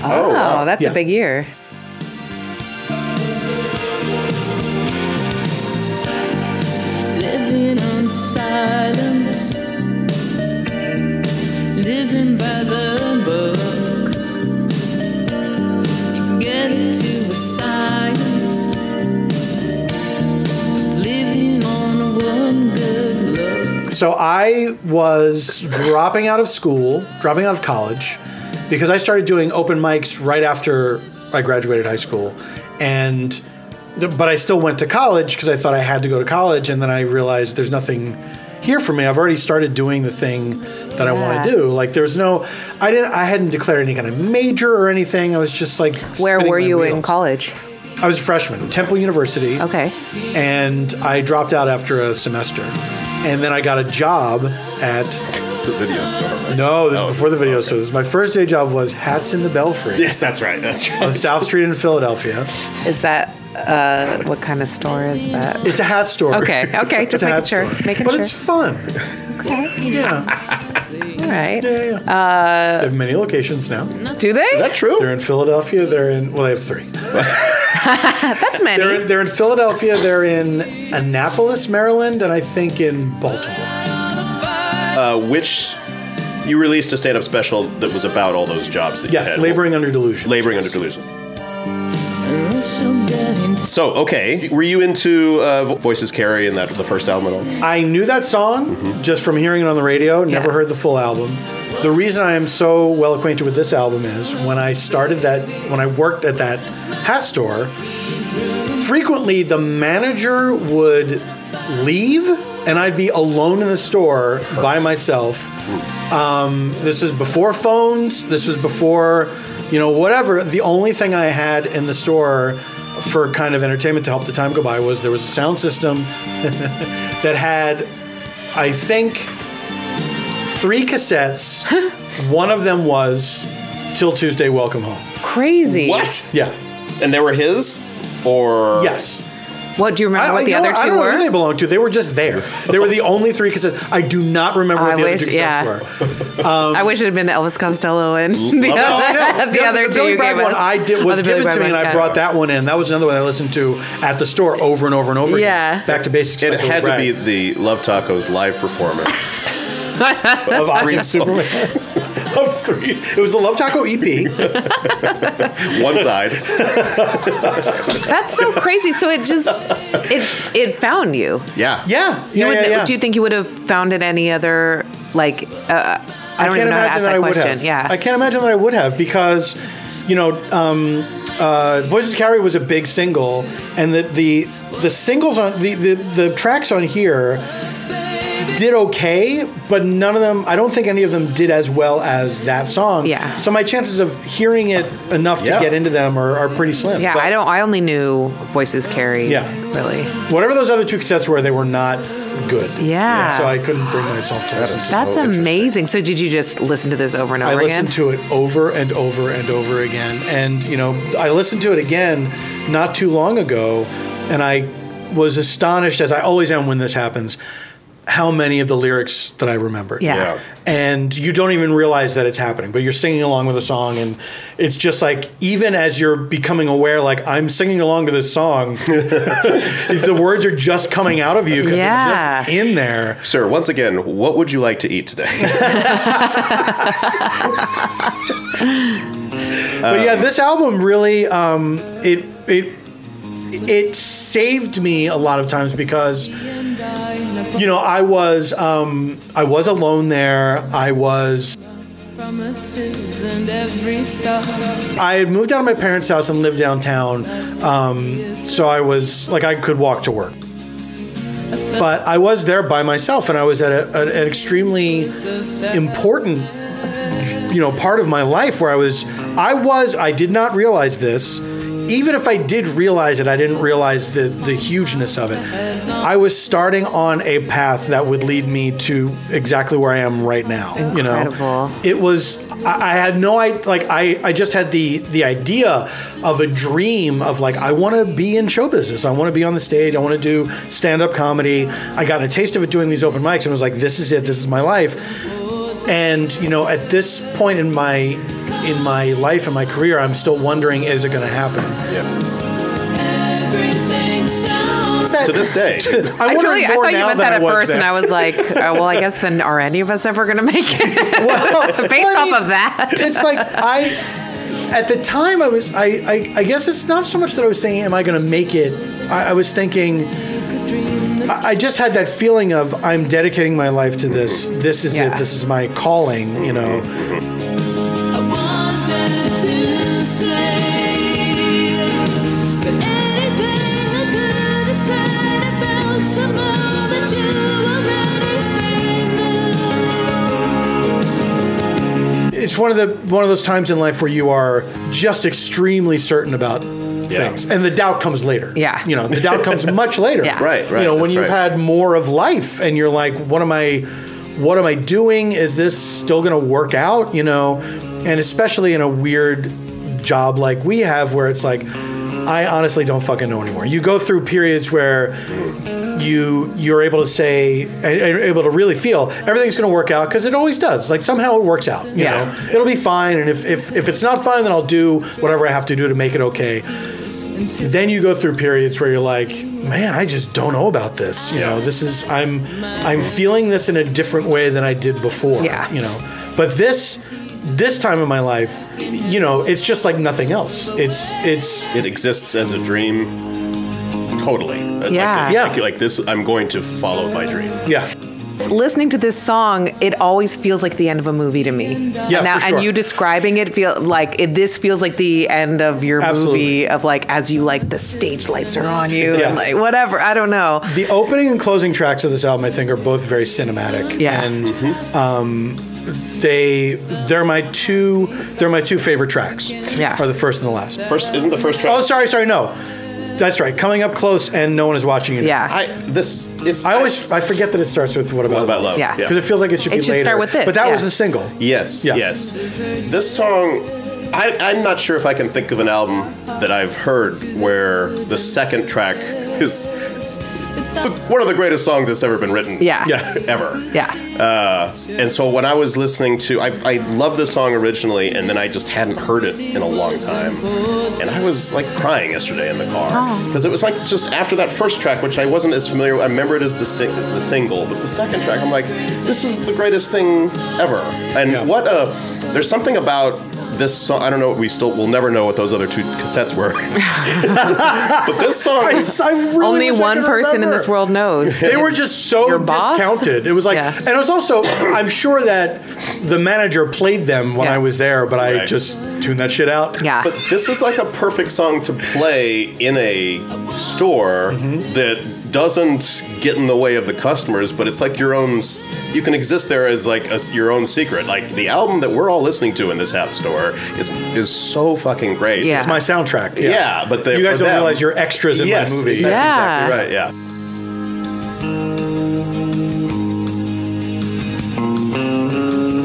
Speaker 1: Oh, that's
Speaker 3: Yeah.
Speaker 1: a big year.
Speaker 6: living on silence, living by the book. You get to a science, living on one good look.
Speaker 3: So I was dropping out of school, dropping out of college, because I started doing open mics right after I graduated high school, and but I still went to college because I thought I had to go to college, and then I realized there's nothing here for me. I've already started doing the thing that I want to
Speaker 1: Yeah.
Speaker 3: do. Like there was no, I didn't, I hadn't declared any kind of major or anything. I was just like,
Speaker 1: Where
Speaker 3: spinning
Speaker 1: were
Speaker 3: my
Speaker 1: you in
Speaker 3: wheels.
Speaker 1: college?
Speaker 3: I was a freshman, Temple University
Speaker 1: Okay.
Speaker 3: and I dropped out after a semester. And then I got a job at
Speaker 2: The video store.
Speaker 3: no, this is before the video store. This is my first day job was Hats in the Belfry
Speaker 2: Yes, that's right. That's
Speaker 3: on
Speaker 2: right.
Speaker 3: South Street in Philadelphia.
Speaker 1: Is that uh, what kind of store is that?
Speaker 3: It's a hat store.
Speaker 1: Okay, okay, just
Speaker 3: [LAUGHS] It's a
Speaker 1: making
Speaker 3: hat
Speaker 1: sure,
Speaker 3: store.
Speaker 1: making
Speaker 3: but
Speaker 1: sure.
Speaker 3: it's fun. Yeah,
Speaker 1: All right.
Speaker 3: yeah, yeah. they have many locations now.
Speaker 1: Do they?
Speaker 2: Is that
Speaker 3: They're
Speaker 2: true?
Speaker 3: in Philadelphia. They're in well, they have three.
Speaker 1: That's many.
Speaker 3: They're in, they're in Philadelphia. They're in Annapolis, Maryland, and I think in Baltimore.
Speaker 2: Uh, which you released a stand-up special that was about all those jobs that you
Speaker 3: Yes,
Speaker 2: had.
Speaker 3: laboring under delusion.
Speaker 2: laboring under delusion.
Speaker 6: Unless you get into
Speaker 2: So, okay, were you into uh, Vo- Voices Carry and that the first album at all?
Speaker 3: I knew that song just from hearing it on the radio, never
Speaker 1: Yeah.
Speaker 3: heard the full album. The reason I am so well acquainted with this album is when I started that, when I worked at that hat store, frequently the manager would leave and I'd be alone in the store by myself. Um, this was before phones, this was before, you know, whatever. The only thing I had in the store for kind of entertainment to help the time go by was there was a sound system [LAUGHS] that had, I think, three cassettes.
Speaker 1: [LAUGHS]
Speaker 3: One of them was Till Tuesday, Welcome Home.
Speaker 1: Crazy.
Speaker 2: What?
Speaker 3: Yeah.
Speaker 2: And they were his? Or
Speaker 3: Yes.
Speaker 1: What do you remember? Oh, what the
Speaker 3: you know
Speaker 1: other
Speaker 3: what?
Speaker 1: two
Speaker 3: I don't know
Speaker 1: were?
Speaker 3: who they belonged to. They were just there. They were the only three cassettes. I do not remember
Speaker 1: I
Speaker 3: what the
Speaker 1: wish-
Speaker 3: other two cassettes
Speaker 1: yeah.
Speaker 3: were.
Speaker 1: I wish it had been Elvis Costello and [LAUGHS] the
Speaker 2: Love
Speaker 1: other, the other two
Speaker 3: Billy
Speaker 1: you
Speaker 3: Bragg
Speaker 1: gave
Speaker 3: one
Speaker 1: us.
Speaker 3: I did was
Speaker 1: Other Billy
Speaker 3: given to
Speaker 1: Bragg
Speaker 3: me, and
Speaker 1: one,
Speaker 3: I
Speaker 1: yeah.
Speaker 3: brought that one in. That was another one I listened to at the store over and over and over
Speaker 1: Yeah.
Speaker 3: again. Back to basics. by
Speaker 2: It
Speaker 3: Billy
Speaker 2: had to
Speaker 3: Bragg.
Speaker 2: be the Love Tacos live performance.
Speaker 3: of Aqua Superman. [LAUGHS] of three. It was the Love Taco
Speaker 2: [LAUGHS]
Speaker 3: E EP.
Speaker 2: One side.
Speaker 1: [LAUGHS] That's so crazy. So it just it it found you.
Speaker 2: Yeah.
Speaker 3: [LAUGHS] Yeah.
Speaker 1: You
Speaker 3: yeah,
Speaker 1: would,
Speaker 3: yeah, yeah.
Speaker 1: Do you think you would have found it any other like? Uh, I don't even know how to ask that,
Speaker 3: would
Speaker 1: question.
Speaker 3: have.
Speaker 1: Yeah.
Speaker 3: I can't imagine that I would have because, you know, um, uh, Voices Carry was a big single, and the the, the singles on the, the the tracks on here did okay, but none of them. I don't think any of them did as well as that song.
Speaker 1: Yeah.
Speaker 3: So my chances of hearing it enough
Speaker 2: Yeah.
Speaker 3: to get into them are, are pretty slim.
Speaker 1: yeah,
Speaker 3: But
Speaker 1: I don't. I only knew voices carry.
Speaker 3: Yeah.
Speaker 1: really.
Speaker 3: Whatever those other two cassettes were, they were not good.
Speaker 1: Yeah.
Speaker 3: So I couldn't bring myself to listen. to
Speaker 1: That's amazing. So did you just listen to this over and over
Speaker 3: I
Speaker 1: again?
Speaker 3: listened to it over and over and over again. And, you know, I listened to it again not too long ago, and I was astonished, as I always am when this happens, how many of the lyrics that I remembered.
Speaker 1: Yeah.
Speaker 2: Yeah.
Speaker 3: And you don't even realize that it's happening, but you're singing along with a song, and it's just like, even as you're becoming aware, like, I'm singing along to this song, [LAUGHS] the words are just coming out of you because
Speaker 1: Yeah.
Speaker 3: they're just in there.
Speaker 2: Sir, once again, what would you like to eat
Speaker 3: [LAUGHS]
Speaker 2: today?
Speaker 3: But yeah, this album really um, it it it saved me a lot of times because
Speaker 6: You
Speaker 3: you know I was um, I was alone there. I was
Speaker 6: promises and every star.
Speaker 3: I had moved out of my parents' house and lived downtown, um, so I was like I could walk to work. But I was there by myself, and I was at a, an- an extremely important, you know, part of my life where I was. I was. I did not realize this. Even if I did realize it, I didn't realize the the hugeness of it. I was starting on a path that would lead me to exactly where I am right now. You
Speaker 1: Incredible.
Speaker 3: know, it was I, I had no idea like I, I just had the the idea of a dream of like i want to be in show business i want to be on the stage i want to do stand-up comedy i got a taste of it doing these open mics and was like this is it this is my life and you know at this point in my in my life and my career i'm still wondering is it going to happen
Speaker 6: Everything sounds
Speaker 2: To this day.
Speaker 3: i, wonder
Speaker 1: truly, I
Speaker 3: more
Speaker 1: thought you
Speaker 3: now
Speaker 1: meant
Speaker 3: than
Speaker 1: that
Speaker 3: I
Speaker 1: at
Speaker 3: was
Speaker 1: first,
Speaker 3: then.
Speaker 1: and I was like, oh, well, I guess then are any of us ever going to make
Speaker 3: [LAUGHS]
Speaker 1: it?
Speaker 3: Well,
Speaker 1: [LAUGHS] Based
Speaker 3: well, I mean,
Speaker 1: off of that.
Speaker 3: it's like I, at the time, I was I, I I guess it's not so much that I was thinking, am I going to make it? I, I was thinking, I, I just had that feeling of I'm dedicating my life to this. This is
Speaker 1: Yeah.
Speaker 3: it. This is my calling. You know.
Speaker 6: I wanted to say, but anything I could have said about someone that you already knew.
Speaker 3: it's one of the one of those times in life where you are just extremely certain about things, and the doubt comes later.
Speaker 1: Yeah.
Speaker 3: you know, the doubt comes
Speaker 1: [LAUGHS]
Speaker 3: much later.
Speaker 1: Yeah.
Speaker 2: Right, right,
Speaker 3: You know, when
Speaker 2: that's
Speaker 3: you've
Speaker 2: right.
Speaker 3: had more of life, and you're like, what am I? What am I doing? Is this still going to work out? You know, and especially in a weird job like we have, where it's like, I honestly don't fucking know anymore. You go through periods where you you're able to say and, and able to really feel everything's going to work out because it always does like somehow it works out you
Speaker 1: Yeah.
Speaker 3: know it'll be fine and if, if if it's not fine then i'll do whatever i have to do to make it okay then you go through periods where you're like man i just don't know about this you know this is i'm i'm feeling this in a different way than i did before
Speaker 1: Yeah.
Speaker 3: you know but this this time in my life you know it's just like nothing else it's it's
Speaker 2: It exists as a dream. Totally. Like,
Speaker 1: Yeah.
Speaker 2: Like, like this, I'm going to follow my dream.
Speaker 3: yeah
Speaker 1: [LAUGHS] Listening to this song, it always feels like the end of a movie to me.
Speaker 3: Yeah,
Speaker 1: now,
Speaker 3: for sure.
Speaker 1: And you describing it feel like it, this feels like the end of your
Speaker 3: Absolutely.
Speaker 1: movie of like as you like the stage lights are on you
Speaker 3: Yeah.
Speaker 1: and like whatever. I don't know.
Speaker 3: The opening and closing tracks of this album, I think, are both very cinematic.
Speaker 1: Yeah.
Speaker 3: And um, they they're my two they're my two favorite tracks.
Speaker 1: Yeah.
Speaker 3: Are the first and the last.
Speaker 2: First, isn't the first track?
Speaker 3: Oh, sorry, sorry, no. That's right. Coming up close and no one is watching you.
Speaker 1: Yeah.
Speaker 2: I, this is.
Speaker 3: I always I forget that it starts with what about,
Speaker 2: What about love?
Speaker 1: Yeah.
Speaker 3: Because it feels like it should
Speaker 1: It
Speaker 3: be
Speaker 1: should
Speaker 3: later.
Speaker 1: start with this,
Speaker 3: But that
Speaker 1: yeah.
Speaker 3: was the single.
Speaker 2: Yes,
Speaker 3: Yeah.
Speaker 2: yes. This song, I, I'm not sure if I can think of an album that I've heard where the second track is the, one of the greatest songs that's ever been written.
Speaker 1: Yeah.
Speaker 3: Yeah.
Speaker 2: Ever.
Speaker 1: Yeah.
Speaker 2: Uh, and so when I was listening to, I, I loved this song originally, and then I just hadn't heard it in a long time, and I was like crying yesterday in the car because it was like just after that first track, which I wasn't as familiar. I remember it as the sing- the single, but the second track, I'm like, this is the greatest thing ever. And
Speaker 3: Yeah.
Speaker 2: what a there's something about this song. I don't know. We still we'll never know what those other two cassettes were, [LAUGHS] but this song.
Speaker 3: [LAUGHS] I, I really
Speaker 1: Only
Speaker 3: wish I
Speaker 1: one
Speaker 3: could
Speaker 1: person in
Speaker 3: remember.
Speaker 1: this world
Speaker 3: [LAUGHS]
Speaker 1: knows.
Speaker 3: They were just so
Speaker 1: Your boss?
Speaker 3: discounted. It was like,
Speaker 1: Yeah.
Speaker 3: and it was also, [CLEARS THROAT] I'm sure that the manager played them when
Speaker 1: Yeah.
Speaker 3: I was there, but I
Speaker 2: Right.
Speaker 3: just tuned that shit out.
Speaker 1: Yeah.
Speaker 2: But this is like a perfect song to play in a store
Speaker 3: Mm-hmm.
Speaker 2: that doesn't get in the way of the customers, but it's like your own. s- You can exist there as like a s your own secret. Like the album that we're all listening to in this hat store is is so fucking great.
Speaker 1: Yeah.
Speaker 3: It's my soundtrack.
Speaker 2: yeah. but the,
Speaker 3: you guys
Speaker 2: for
Speaker 3: don't
Speaker 2: them-
Speaker 3: realize you're extras in
Speaker 2: yes,
Speaker 3: my movie.
Speaker 2: That's
Speaker 1: Yeah.
Speaker 2: exactly right. Yeah.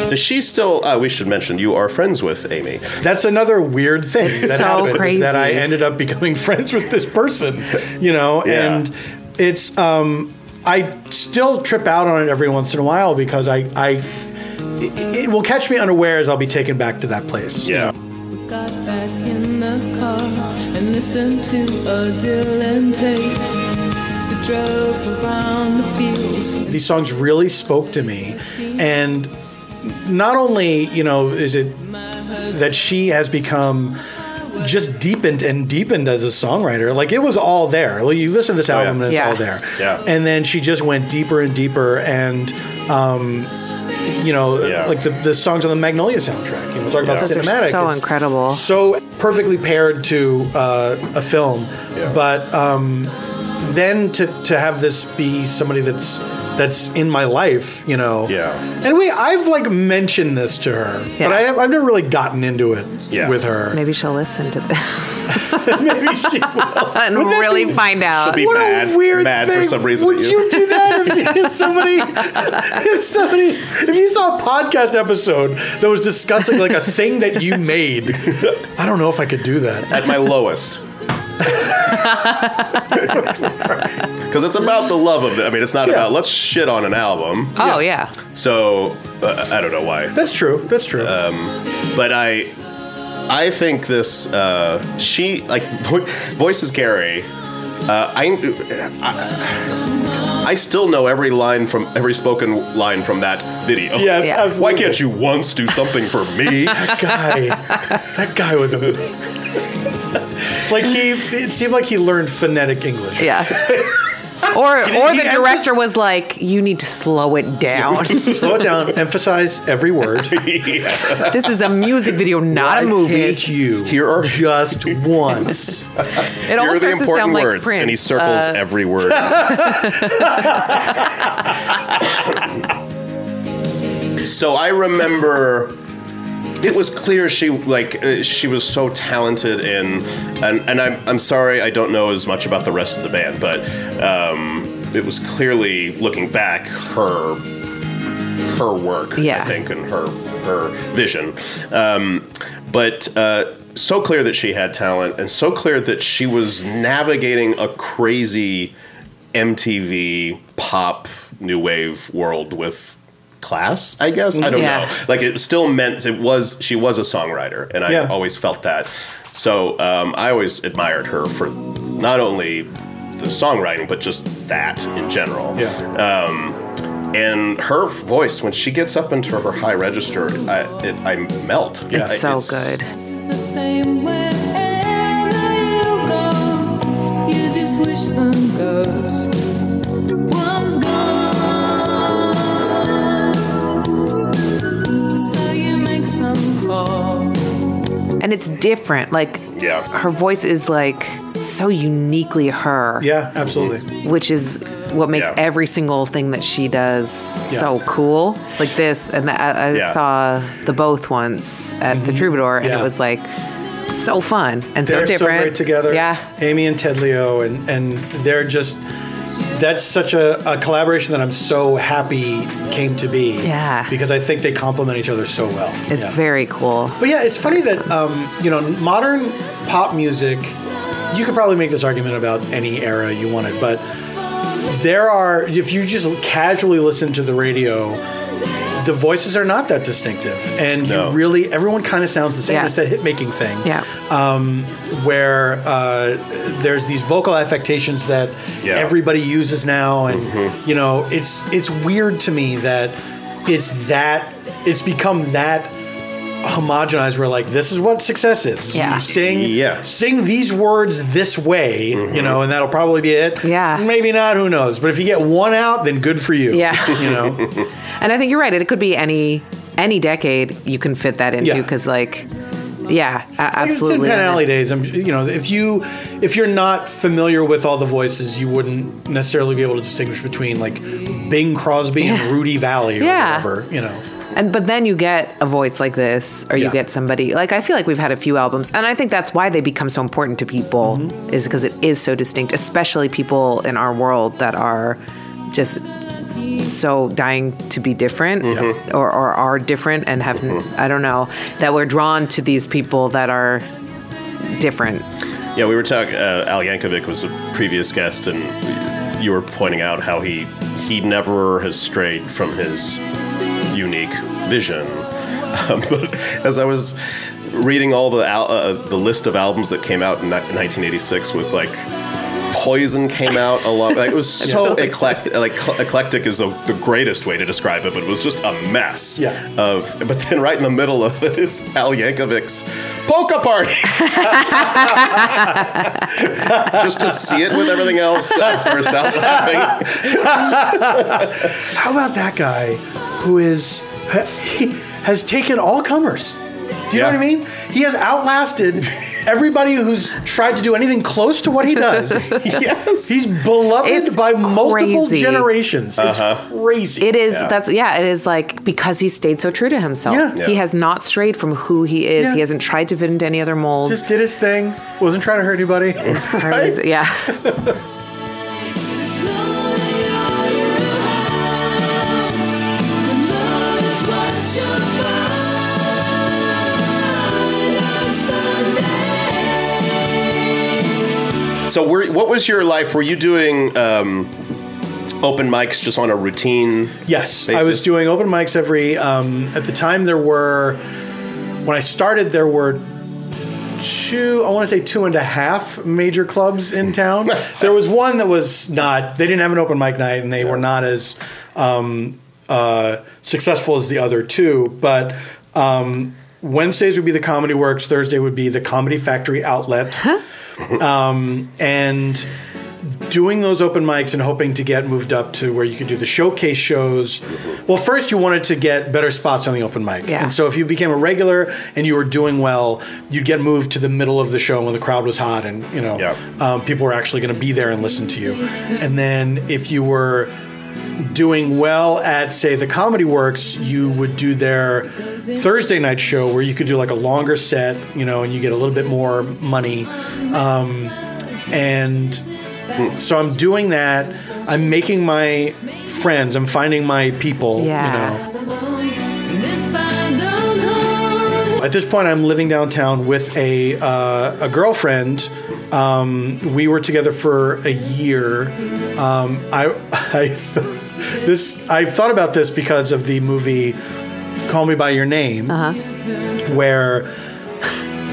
Speaker 2: Does she still? Uh, we should mention you are friends with Amy.
Speaker 3: That's another weird thing that
Speaker 1: so
Speaker 3: happened is that I
Speaker 1: crazy.
Speaker 3: ended up becoming [LAUGHS] friends with this person, you know,
Speaker 2: Yeah.
Speaker 3: and it's um I still trip out on it every once in a while because I I it, it will catch me unawares. I'll be taken back to that place. you
Speaker 2: Yeah.
Speaker 3: know?
Speaker 6: Got back in the car and listened to a Dylan tape. We drove around the fields and
Speaker 3: These songs really spoke to me, and not only you know is it that she has become just deepened and deepened as a songwriter. Like it was all there. Like you listen to this album and it's
Speaker 1: Yeah.
Speaker 3: all there.
Speaker 2: Oh, Yeah.
Speaker 3: And then she just went deeper and deeper and um you know,
Speaker 2: Yeah.
Speaker 3: like the, the songs on the Magnolia soundtrack. You know, talk about
Speaker 2: Yeah.
Speaker 1: Those are
Speaker 3: cinematic.
Speaker 1: so
Speaker 3: it's
Speaker 1: incredible.
Speaker 3: So perfectly paired to uh, a film.
Speaker 2: Yeah.
Speaker 3: But um, then to, to have this be somebody that's that's in my life, you know.
Speaker 2: Yeah.
Speaker 3: And we I've like mentioned this to her,
Speaker 1: Yeah.
Speaker 3: but I have, I've never really gotten into it
Speaker 2: Yeah.
Speaker 3: with her.
Speaker 1: Maybe she'll listen to this
Speaker 3: [LAUGHS]
Speaker 1: [LAUGHS]
Speaker 3: Maybe she will.
Speaker 1: and
Speaker 3: Wouldn't that
Speaker 1: really
Speaker 3: [LAUGHS] be-
Speaker 1: find out.
Speaker 2: be-
Speaker 3: What
Speaker 2: mad-
Speaker 3: a weird
Speaker 2: mad for
Speaker 3: thing.
Speaker 2: some reason
Speaker 3: Would
Speaker 2: at
Speaker 3: you.
Speaker 2: you.
Speaker 3: do that if, if somebody, [LAUGHS] if somebody, if you saw a podcast episode that was discussing like a thing that you made?
Speaker 2: [LAUGHS]
Speaker 3: I don't know if I could do that.
Speaker 2: at my lowest. Because it's about the love of it. I mean, it's not
Speaker 3: Yeah.
Speaker 2: about let's shit on an album.
Speaker 1: oh yeah.
Speaker 2: So uh, I don't know why,
Speaker 3: That's true. That's
Speaker 2: Uh,
Speaker 3: true.
Speaker 2: but I I think this uh, she like vo- voices Gary. Uh, I, I I still know every line from every spoken line from that video.
Speaker 3: yes,
Speaker 1: Yeah.
Speaker 3: absolutely.
Speaker 2: Why can't you once do something for me?
Speaker 3: That guy, that guy was a. like he, it seemed like he learned phonetic English. [LAUGHS]
Speaker 1: Yeah. Or, or
Speaker 3: he
Speaker 1: the
Speaker 3: emphas-
Speaker 1: director was like, "You need to slow it
Speaker 3: [LAUGHS]
Speaker 1: down.
Speaker 3: Slow it down. Emphasize every word.
Speaker 1: this is a music
Speaker 2: [LAUGHS]
Speaker 1: video, not
Speaker 3: I
Speaker 1: a movie."
Speaker 3: hate you.
Speaker 2: Here are-
Speaker 3: just once.
Speaker 1: It
Speaker 2: Here
Speaker 1: almost
Speaker 2: are the
Speaker 1: starts to sound
Speaker 2: important
Speaker 1: like
Speaker 2: words,
Speaker 1: Prince.
Speaker 2: and he circles
Speaker 1: Uh,
Speaker 2: every
Speaker 1: [LAUGHS]
Speaker 2: word. so I remember it was clear she like uh, she was so talented in and and I'm I'm sorry I don't know as much about the rest of the band, but um, it was clearly looking back her her work, I
Speaker 1: Yeah.
Speaker 2: think, and her her vision. Um, but uh, so clear that she had talent, and so clear that she was navigating a crazy MTV pop new wave world with class. I guess I don't
Speaker 1: Yeah.
Speaker 2: know. Like it still meant it was she was a songwriter, and I
Speaker 3: Yeah.
Speaker 2: always felt that. So um, I always admired her for not only the songwriting, but just that in general
Speaker 3: Yeah.
Speaker 2: and her voice when she gets up into her high register, I, it, I melt.
Speaker 3: Yeah.
Speaker 1: it's so good.
Speaker 6: the same wherever you go. You just wish them girls was gone. So you make some calls.
Speaker 1: and it's different. Like
Speaker 2: Yeah.
Speaker 1: her voice is like so uniquely her,
Speaker 3: yeah, absolutely.
Speaker 1: which is what makes
Speaker 2: Yeah.
Speaker 1: every single thing that she does
Speaker 3: Yeah.
Speaker 1: so cool. Like this, and the, I, I
Speaker 2: Yeah.
Speaker 1: saw the both once at the Troubadour, and
Speaker 3: Mm-hmm. Yeah.
Speaker 1: it was like so fun and
Speaker 3: they're
Speaker 1: so different.
Speaker 3: so great together.
Speaker 1: Yeah,
Speaker 3: Amy and Ted Leo, and and they're just that's such a, a collaboration that I'm so happy came to be.
Speaker 1: Yeah.
Speaker 3: because I think they complement each other so well.
Speaker 1: it's
Speaker 3: Yeah.
Speaker 1: very cool.
Speaker 3: But yeah, it's funny that um, you know modern pop music. You could probably make this argument about any era you wanted, but there are if you just casually listen to the radio, the voices are not that distinctive, and
Speaker 2: No.
Speaker 3: you really everyone kind of sounds the same.
Speaker 1: Yeah.
Speaker 3: It's that hit making thing
Speaker 1: Yeah,
Speaker 3: where uh, there's these vocal affectations that
Speaker 2: Yeah. Mm-hmm.
Speaker 3: everybody uses now, and you know, it's it's weird to me that it's that it's become that homogenized. Where like this is what success is.
Speaker 1: Yeah.
Speaker 3: You sing
Speaker 2: Yeah. Mm-hmm.
Speaker 3: sing these words this way, you know, and that'll probably be it.
Speaker 1: Yeah.
Speaker 3: maybe not. Who knows? But if you get one out, then good for you.
Speaker 1: Yeah.
Speaker 2: [LAUGHS]
Speaker 3: you know.
Speaker 1: and I think you're right. It could be any any decade you can fit that into
Speaker 3: Yeah.
Speaker 1: because like. Yeah, a- absolutely.
Speaker 3: It's in Penn
Speaker 1: And
Speaker 3: Alley days. I'm, you know, if you if you're not familiar with all the voices, you wouldn't necessarily be able to distinguish between like Bing Crosby
Speaker 1: Yeah.
Speaker 3: and Rudy Valley or
Speaker 1: Yeah.
Speaker 3: whatever. You know,
Speaker 1: And but then you get a voice like this, or
Speaker 3: Yeah.
Speaker 1: you get somebody like I feel like we've had a few albums, and I think that's why they become so important to people
Speaker 3: Mm-hmm.
Speaker 1: is because it is so distinct, especially people in our world that are just so dying to be different
Speaker 3: Mm-hmm.
Speaker 1: or, or are different and have I don't know that we're drawn to these people that are different.
Speaker 2: Yeah, we were talking. Uh, Al Yankovic was a previous guest, and you were pointing out how he he never has strayed from his unique vision. Um, [LAUGHS] but as I was reading all the al- uh, the list of albums that came out in ni- 1986 with like Poison came out along. Like, it was so eclectic. Like cl- eclectic is the, the greatest way to describe it, but it was just a mess.
Speaker 3: Yeah.
Speaker 2: Of but then right in the middle of it is Al Yankovic's polka party. [LAUGHS] just to see it with everything else, I burst out laughing.
Speaker 3: How about that guy who is he has taken all comers? Do you
Speaker 2: Yeah.
Speaker 3: know what I mean? He has outlasted everybody who's tried to do anything close to what
Speaker 1: [LAUGHS]
Speaker 3: he does.
Speaker 2: yes.
Speaker 3: He's beloved
Speaker 1: It's
Speaker 3: by multiple
Speaker 1: crazy. Uh-huh.
Speaker 3: generations. It's crazy.
Speaker 1: It is that's yeah. It is like because he stayed so true to himself.
Speaker 3: Yeah.
Speaker 1: He
Speaker 2: Yeah.
Speaker 1: has not strayed from who he is.
Speaker 3: Yeah.
Speaker 1: He hasn't tried to fit into any other mold.
Speaker 3: Just did his thing. Wasn't trying to hurt anybody.
Speaker 1: It's crazy. Yeah.
Speaker 2: So, were, what was your life? Were you doing um, open mics just on a routine?
Speaker 3: Yes, I
Speaker 2: basis?
Speaker 3: was doing open mics every. Um, at the time, there were when I started, there were two. I want to say two and a half major clubs in town. there was one that was not. They didn't have an open mic night, and they were not as um, uh, successful as the other two. But um, Wednesdays would be the Comedy Works. Thursday would be the Comedy Factory Outlet. um, and doing those open mics and hoping to get moved up to where you could do the showcase shows. Well, first you wanted to get better spots on the open mic.
Speaker 1: Yeah.
Speaker 3: And so if you became a regular and you were doing well, you'd get moved to the middle of the show when the crowd was hot and, you know,
Speaker 2: Yeah.
Speaker 3: um, people were actually going to be there and listen to you. And then if you were doing well at say the comedy works you would do their thursday night show where you could do like a longer set you know and you get a little bit more money um, and so i'm doing that i'm making my friends i'm finding my people
Speaker 1: Yeah.
Speaker 3: you know at this point i'm living downtown with a, uh, a girlfriend um, we were together for a year um, i, [LAUGHS] I this i thought about this because of the movie call me by your name where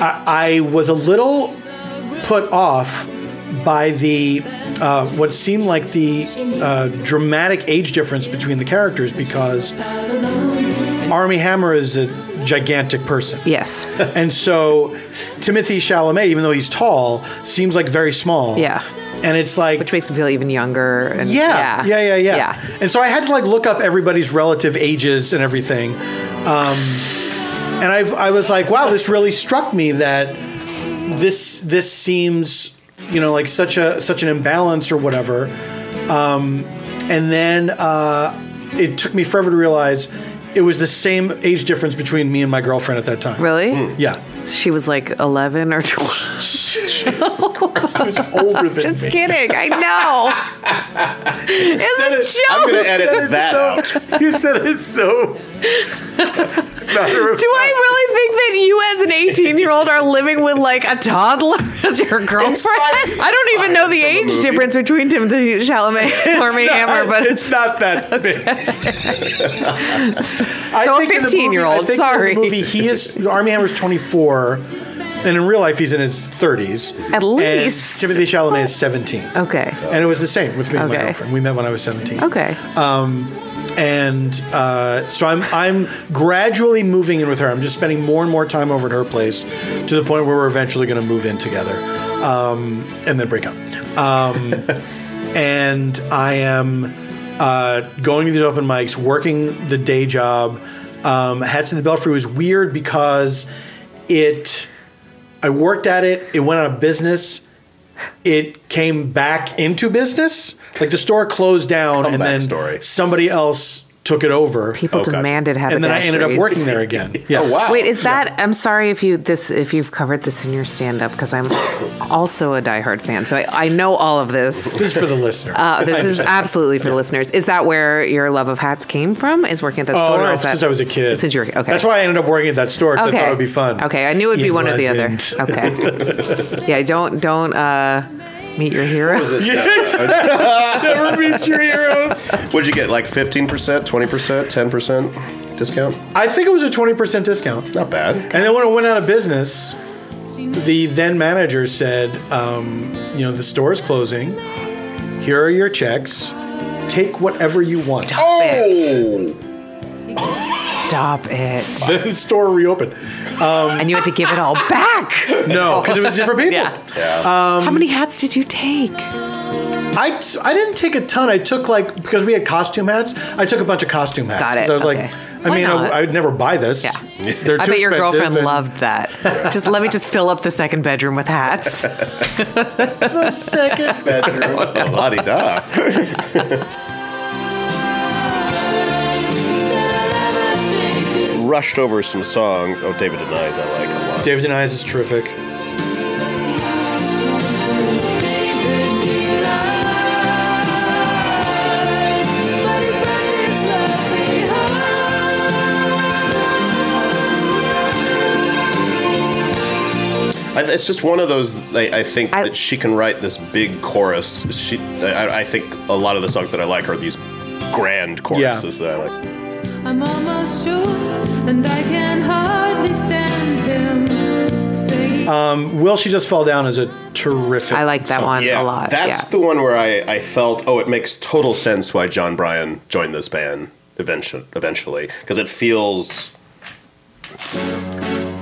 Speaker 3: I, I was a little put off by the uh, what seemed like the uh, dramatic age difference between the characters because Army Hammer is a gigantic person.
Speaker 1: Yes.
Speaker 3: And so Timothy Chalamet, even though he's tall, seems like very small.
Speaker 1: Yeah.
Speaker 3: And it's like
Speaker 1: Which makes him feel even younger. And
Speaker 3: yeah, yeah, yeah, yeah,
Speaker 1: Yeah.
Speaker 3: And so I had to like look up everybody's relative ages and everything. Um, and I, I was like, wow, this really struck me that this this seems, you know, like such a such an imbalance or whatever. Um, and then uh, it took me forever to realize it was the same age difference between me and my girlfriend at that time.
Speaker 1: Really?
Speaker 3: Yeah.
Speaker 1: She was like 11 or 12.
Speaker 3: She was older than
Speaker 1: Just
Speaker 3: me.
Speaker 1: kidding.
Speaker 3: [LAUGHS]
Speaker 1: I know. it's a
Speaker 2: I'm
Speaker 1: joke. [LAUGHS]
Speaker 2: going to edit that out.
Speaker 3: You said it so. matter of
Speaker 1: Do
Speaker 3: [LAUGHS]
Speaker 1: I really think that you, as an 18 year old, are living with like a toddler [LAUGHS] as your girlfriend?
Speaker 2: fine.
Speaker 1: I don't even know the age
Speaker 2: movie.
Speaker 1: difference between Timothy
Speaker 3: [LAUGHS]
Speaker 1: Chalamet and Army Hammer, but
Speaker 3: it's not that big. I
Speaker 1: So a
Speaker 3: think in the movie-
Speaker 1: 15-year-old,
Speaker 3: I think in the
Speaker 1: sorry.
Speaker 3: movie, he is Army Hammer's 24, and in real life, he's in his 30s.
Speaker 1: At
Speaker 3: And
Speaker 1: least.
Speaker 3: Timothy Chalamet is 17.
Speaker 1: okay,
Speaker 3: And it was the same with me and my
Speaker 1: Okay.
Speaker 3: girlfriend. We met when I was 17.
Speaker 1: okay,
Speaker 3: Uh, And uh, so I'm I'm gradually moving in with her. I'm just spending more and more time over at her place, to the point where we're eventually going to move in together, um, and then break up.
Speaker 2: [LAUGHS]
Speaker 3: Um, and I am uh, going to these open mics, working the day job. Um, Hats in the Belfry was weird because it. I worked at it. It went out of business. It came back into business. Like the store closed down, and
Speaker 2: Comeback
Speaker 3: then
Speaker 2: story.
Speaker 3: somebody else took it over.
Speaker 1: people
Speaker 2: Oh, gotcha.
Speaker 1: demanded having.
Speaker 3: and then I ended up working there again.
Speaker 2: [LAUGHS]
Speaker 3: Yeah.
Speaker 2: Oh wow!
Speaker 1: Wait, is that? I'm sorry if you this if you've covered this in your stand up because I'm also a diehard fan, so I, I know all of this.
Speaker 3: This is for the listener. [LAUGHS]
Speaker 1: Uh, this is absolutely for the listeners. Is that where your love of hats came from? Is working at that
Speaker 3: Oh
Speaker 1: store? or
Speaker 3: no!
Speaker 1: is that,
Speaker 3: Since I was a kid,
Speaker 1: Since you were okay.
Speaker 3: That's why I ended up working at that store. Because
Speaker 1: okay.
Speaker 3: I thought it would be fun.
Speaker 1: Okay, I knew it would be
Speaker 3: It
Speaker 1: one or the other.
Speaker 3: wasn't.
Speaker 1: Okay.
Speaker 3: [LAUGHS]
Speaker 1: yeah, don't don't uh, meet your hero.
Speaker 3: Never meet your heroes.
Speaker 2: Would you get like 15%, 20%, 10% discount?
Speaker 3: I think it was a twenty percent discount.
Speaker 2: Not bad.
Speaker 3: And then when it went out of business, the then manager said, um, you know, the store is closing. Here are your checks. Take whatever you want. [LAUGHS]
Speaker 1: Stop it.
Speaker 2: Oh!
Speaker 3: Oh!
Speaker 1: Stop it.
Speaker 3: The store reopened.
Speaker 1: And you had to give it all
Speaker 3: [LAUGHS]
Speaker 1: back.
Speaker 3: No, because it was different people.
Speaker 1: [LAUGHS] Yeah. How many hats did you take?
Speaker 3: I, I didn't take a ton. I took like because we had costume hats. I took a bunch of costume hats.
Speaker 1: Got it.
Speaker 3: 'Cause I was
Speaker 1: Okay.
Speaker 3: like, I
Speaker 1: Why
Speaker 3: mean, I,
Speaker 1: not?
Speaker 3: I would never buy this.
Speaker 1: Yeah.
Speaker 3: They're
Speaker 1: I
Speaker 3: too
Speaker 1: bet your
Speaker 3: expensive
Speaker 1: girlfriend
Speaker 3: and-
Speaker 1: loved that. Just let me just fill up the second bedroom with
Speaker 2: [LAUGHS]
Speaker 1: hats.
Speaker 3: the [LAUGHS] second.
Speaker 2: bedroom. La di da. Rushed over some song. Oh, David denies I like a lot.
Speaker 3: David Denies is terrific.
Speaker 2: I, it's just one of those. I, I think
Speaker 1: I-
Speaker 2: that she can write this big chorus. She, I, I think a lot of the songs that I like are these grand choruses that I like.
Speaker 6: I'm almost sure, and I can hardly stand him. Say
Speaker 1: Uh.
Speaker 3: Will she just fall down is a terrific.
Speaker 1: I like that
Speaker 3: song.
Speaker 1: one a lot.
Speaker 2: That's
Speaker 1: yeah.
Speaker 2: the one where I, I felt, oh, it makes total sense why John Bryan joined this band eventually, eventually, because it feels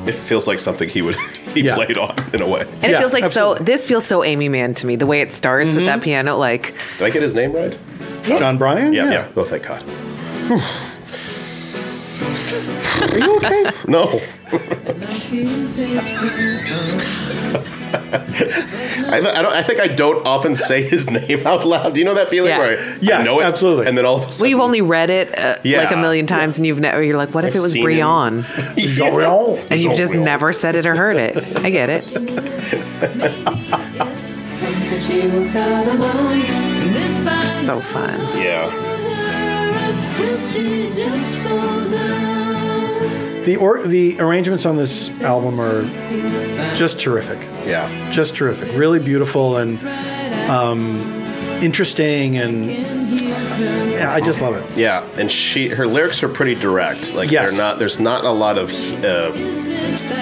Speaker 2: it feels like something he would [LAUGHS] he
Speaker 3: Yeah.
Speaker 2: played on in a way.
Speaker 1: and
Speaker 3: Yeah,
Speaker 1: it feels like so.
Speaker 3: absolutely.
Speaker 1: This feels so Amy Man to me. The way it starts with
Speaker 2: Mm-hmm.
Speaker 1: that piano, like
Speaker 2: Did I get his name right?
Speaker 3: John Bryan.
Speaker 2: Yeah, yeah. Oh, thank God.
Speaker 3: Are you okay?
Speaker 2: No,
Speaker 6: nothing to
Speaker 2: I, th- I don't. I think I don't often say his [LAUGHS] name out loud. Do you know that feeling
Speaker 1: Yeah.
Speaker 2: where I- I
Speaker 3: Yes,
Speaker 2: know it,
Speaker 3: absolutely.
Speaker 2: and then all of a
Speaker 1: well,
Speaker 2: sudden
Speaker 1: you've only read it uh,
Speaker 2: Yeah.
Speaker 1: like a million times, and you've never. You're like, what if
Speaker 2: I've
Speaker 1: it was
Speaker 2: seen it. [LAUGHS]
Speaker 1: Brion? And you've just
Speaker 2: Jean-Brion.
Speaker 1: never said it or heard it. I get
Speaker 2: [LAUGHS]
Speaker 1: it.
Speaker 6: Something she walks out alone, and if I
Speaker 1: So fun.
Speaker 2: Yeah.
Speaker 6: will she just fall down?
Speaker 3: the or the arrangements on this album are
Speaker 6: um,
Speaker 3: just terrific.
Speaker 2: Yeah.
Speaker 3: Just terrific. Really beautiful and um, interesting, and yeah, I just love it.
Speaker 2: Yeah, and she her lyrics are pretty direct. Like
Speaker 3: Yes.
Speaker 2: they're not there's not a lot of uh,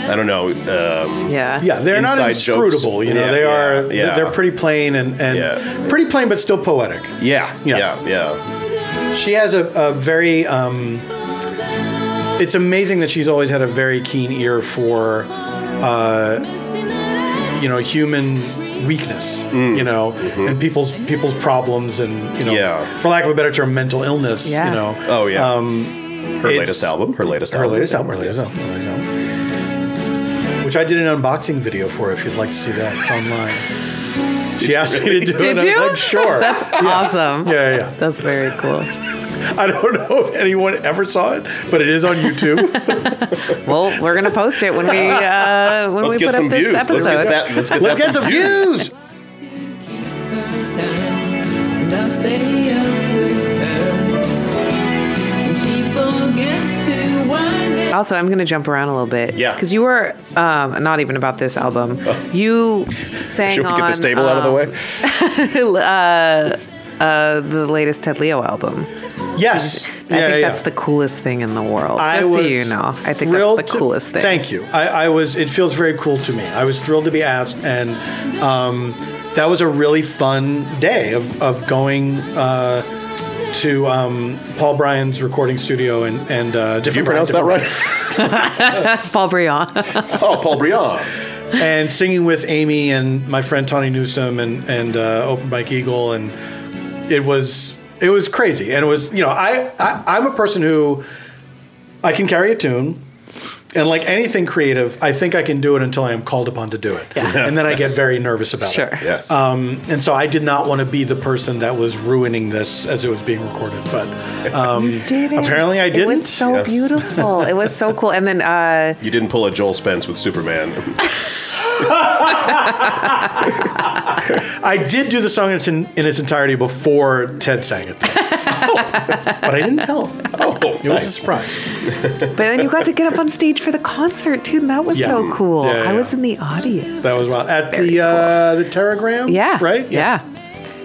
Speaker 2: I don't know um,
Speaker 1: Yeah.
Speaker 3: Yeah, they're not
Speaker 2: Inside jokes.
Speaker 3: inscrutable. You know,
Speaker 2: Yeah,
Speaker 3: they
Speaker 2: yeah,
Speaker 3: are.
Speaker 2: yeah.
Speaker 3: They're pretty plain and, and
Speaker 2: Yeah.
Speaker 3: pretty plain, but still poetic.
Speaker 2: yeah,
Speaker 3: Yeah.
Speaker 2: yeah, yeah.
Speaker 3: She has a, a very. Um, it's amazing that she's always had a very keen ear for, uh, you know, human weakness.
Speaker 2: Mm.
Speaker 3: You know, and people's people's problems and you know,
Speaker 2: Mm-hmm. Yeah.
Speaker 3: for lack of a better term, mental illness.
Speaker 1: Yeah.
Speaker 3: You know. Um,
Speaker 2: Oh yeah. her
Speaker 3: it's-
Speaker 2: latest album, her latest
Speaker 3: Her
Speaker 2: album.
Speaker 3: latest album, her latest album, her latest album. Which I did an unboxing video for if you'd like to see that. It's online.
Speaker 2: [LAUGHS]
Speaker 3: She asked me to do
Speaker 1: Did
Speaker 3: it. and I
Speaker 1: you?
Speaker 3: was like,
Speaker 1: [LAUGHS]
Speaker 3: sure.
Speaker 1: That's awesome.
Speaker 3: yeah, yeah.
Speaker 1: That's very cool.
Speaker 3: I don't know if anyone ever saw it, but it is on YouTube.
Speaker 1: Well, we're gonna post it when we uh, when
Speaker 2: Let's
Speaker 1: we
Speaker 2: get
Speaker 1: put
Speaker 2: some
Speaker 1: up this
Speaker 2: views.
Speaker 1: episode.
Speaker 2: Let's get that. Let's get,
Speaker 3: Let's
Speaker 2: that
Speaker 3: get some views.
Speaker 6: to keep her time, and I'll stay up with her. And she forgets to wind it.
Speaker 1: Also, I'm going to jump around a little bit.
Speaker 2: Yeah.
Speaker 1: Because you were um, not even about this album. You sang
Speaker 2: Should we
Speaker 1: on um,
Speaker 2: get this table out of the way?
Speaker 1: uh, [LAUGHS] uh, the latest Ted Leo album.
Speaker 3: Yes. Yeah,
Speaker 1: I
Speaker 3: yeah,
Speaker 1: think
Speaker 3: yeah.
Speaker 1: that's the coolest thing in the world. Just so you know, I think
Speaker 3: thrilled
Speaker 1: that's
Speaker 3: to-
Speaker 1: the coolest thing.
Speaker 3: Thank you. I, I was. It feels very cool to me. I was thrilled to be asked, and um, that was a really fun day of of going. Uh, to um, Paul Bryan's recording studio and and uh, different
Speaker 2: Did you pronounce that
Speaker 3: Bryan,
Speaker 1: [LAUGHS]
Speaker 2: right?
Speaker 1: Paul Briand.
Speaker 2: oh, Paul Briand.
Speaker 3: and singing with Amy and my friend Tony Newsom and and uh, Open Mike Eagle, and it was it was crazy. And it was you know I, I I'm a person who I can carry a tune. And like anything creative, I think I can do it until I am called upon to do it, and then I get very nervous about
Speaker 1: Sure.
Speaker 3: it.
Speaker 2: Yes.
Speaker 3: Um, and so I did not want to be the person that was ruining this as it was being recorded, but um,
Speaker 1: Did it?
Speaker 3: apparently I
Speaker 1: It
Speaker 3: didn't.
Speaker 1: was so
Speaker 2: Yes.
Speaker 1: beautiful. It was so cool. And then uh,
Speaker 2: you didn't pull a Joel Spence with Superman.
Speaker 3: [LAUGHS] I did do the song in its, in, in its entirety before Ted sang it, though. but I didn't tell him.
Speaker 2: oh,
Speaker 3: It was a
Speaker 2: nice.
Speaker 3: surprise.
Speaker 1: but then you got to get up on stage for the concert too, and that was
Speaker 3: Yeah.
Speaker 1: so cool.
Speaker 3: Yeah, yeah,
Speaker 1: I was
Speaker 3: yeah.
Speaker 1: in the audience.
Speaker 3: That was wild. At
Speaker 1: Very
Speaker 3: the uh, the Telegram,
Speaker 1: Yeah.
Speaker 3: right?
Speaker 1: Yeah.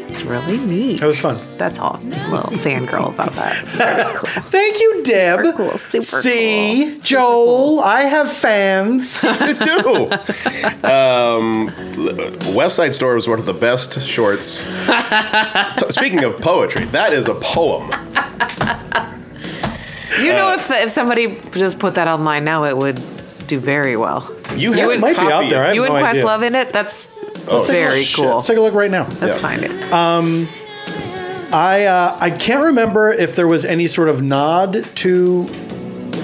Speaker 1: It's really neat.
Speaker 3: That was fun.
Speaker 1: That's all. I'm a little fangirl about that. It's
Speaker 3: [LAUGHS]
Speaker 1: very cool.
Speaker 3: Thank you, Deb.
Speaker 1: Super cool, super
Speaker 3: See,
Speaker 1: cool, super
Speaker 3: Joel, I have
Speaker 1: [LAUGHS]
Speaker 3: fans.
Speaker 2: do. Um, West Side Story was one of the
Speaker 1: [LAUGHS]
Speaker 2: best shorts. So, Speaking of poetry, that is a poem.
Speaker 1: You know, if if somebody just put that online now, it would do very well.
Speaker 2: You
Speaker 1: It
Speaker 2: have
Speaker 1: would-
Speaker 2: a
Speaker 1: might be
Speaker 2: copy.
Speaker 3: out there, I have
Speaker 1: you and
Speaker 3: no
Speaker 1: Quest
Speaker 3: idea.
Speaker 1: Love in it? That's, that's
Speaker 2: Oh, shit.
Speaker 1: very cool.
Speaker 3: Let's take a look right now.
Speaker 1: Let's
Speaker 2: Yeah.
Speaker 1: find it.
Speaker 3: I uh, I can't remember if there was any sort of nod to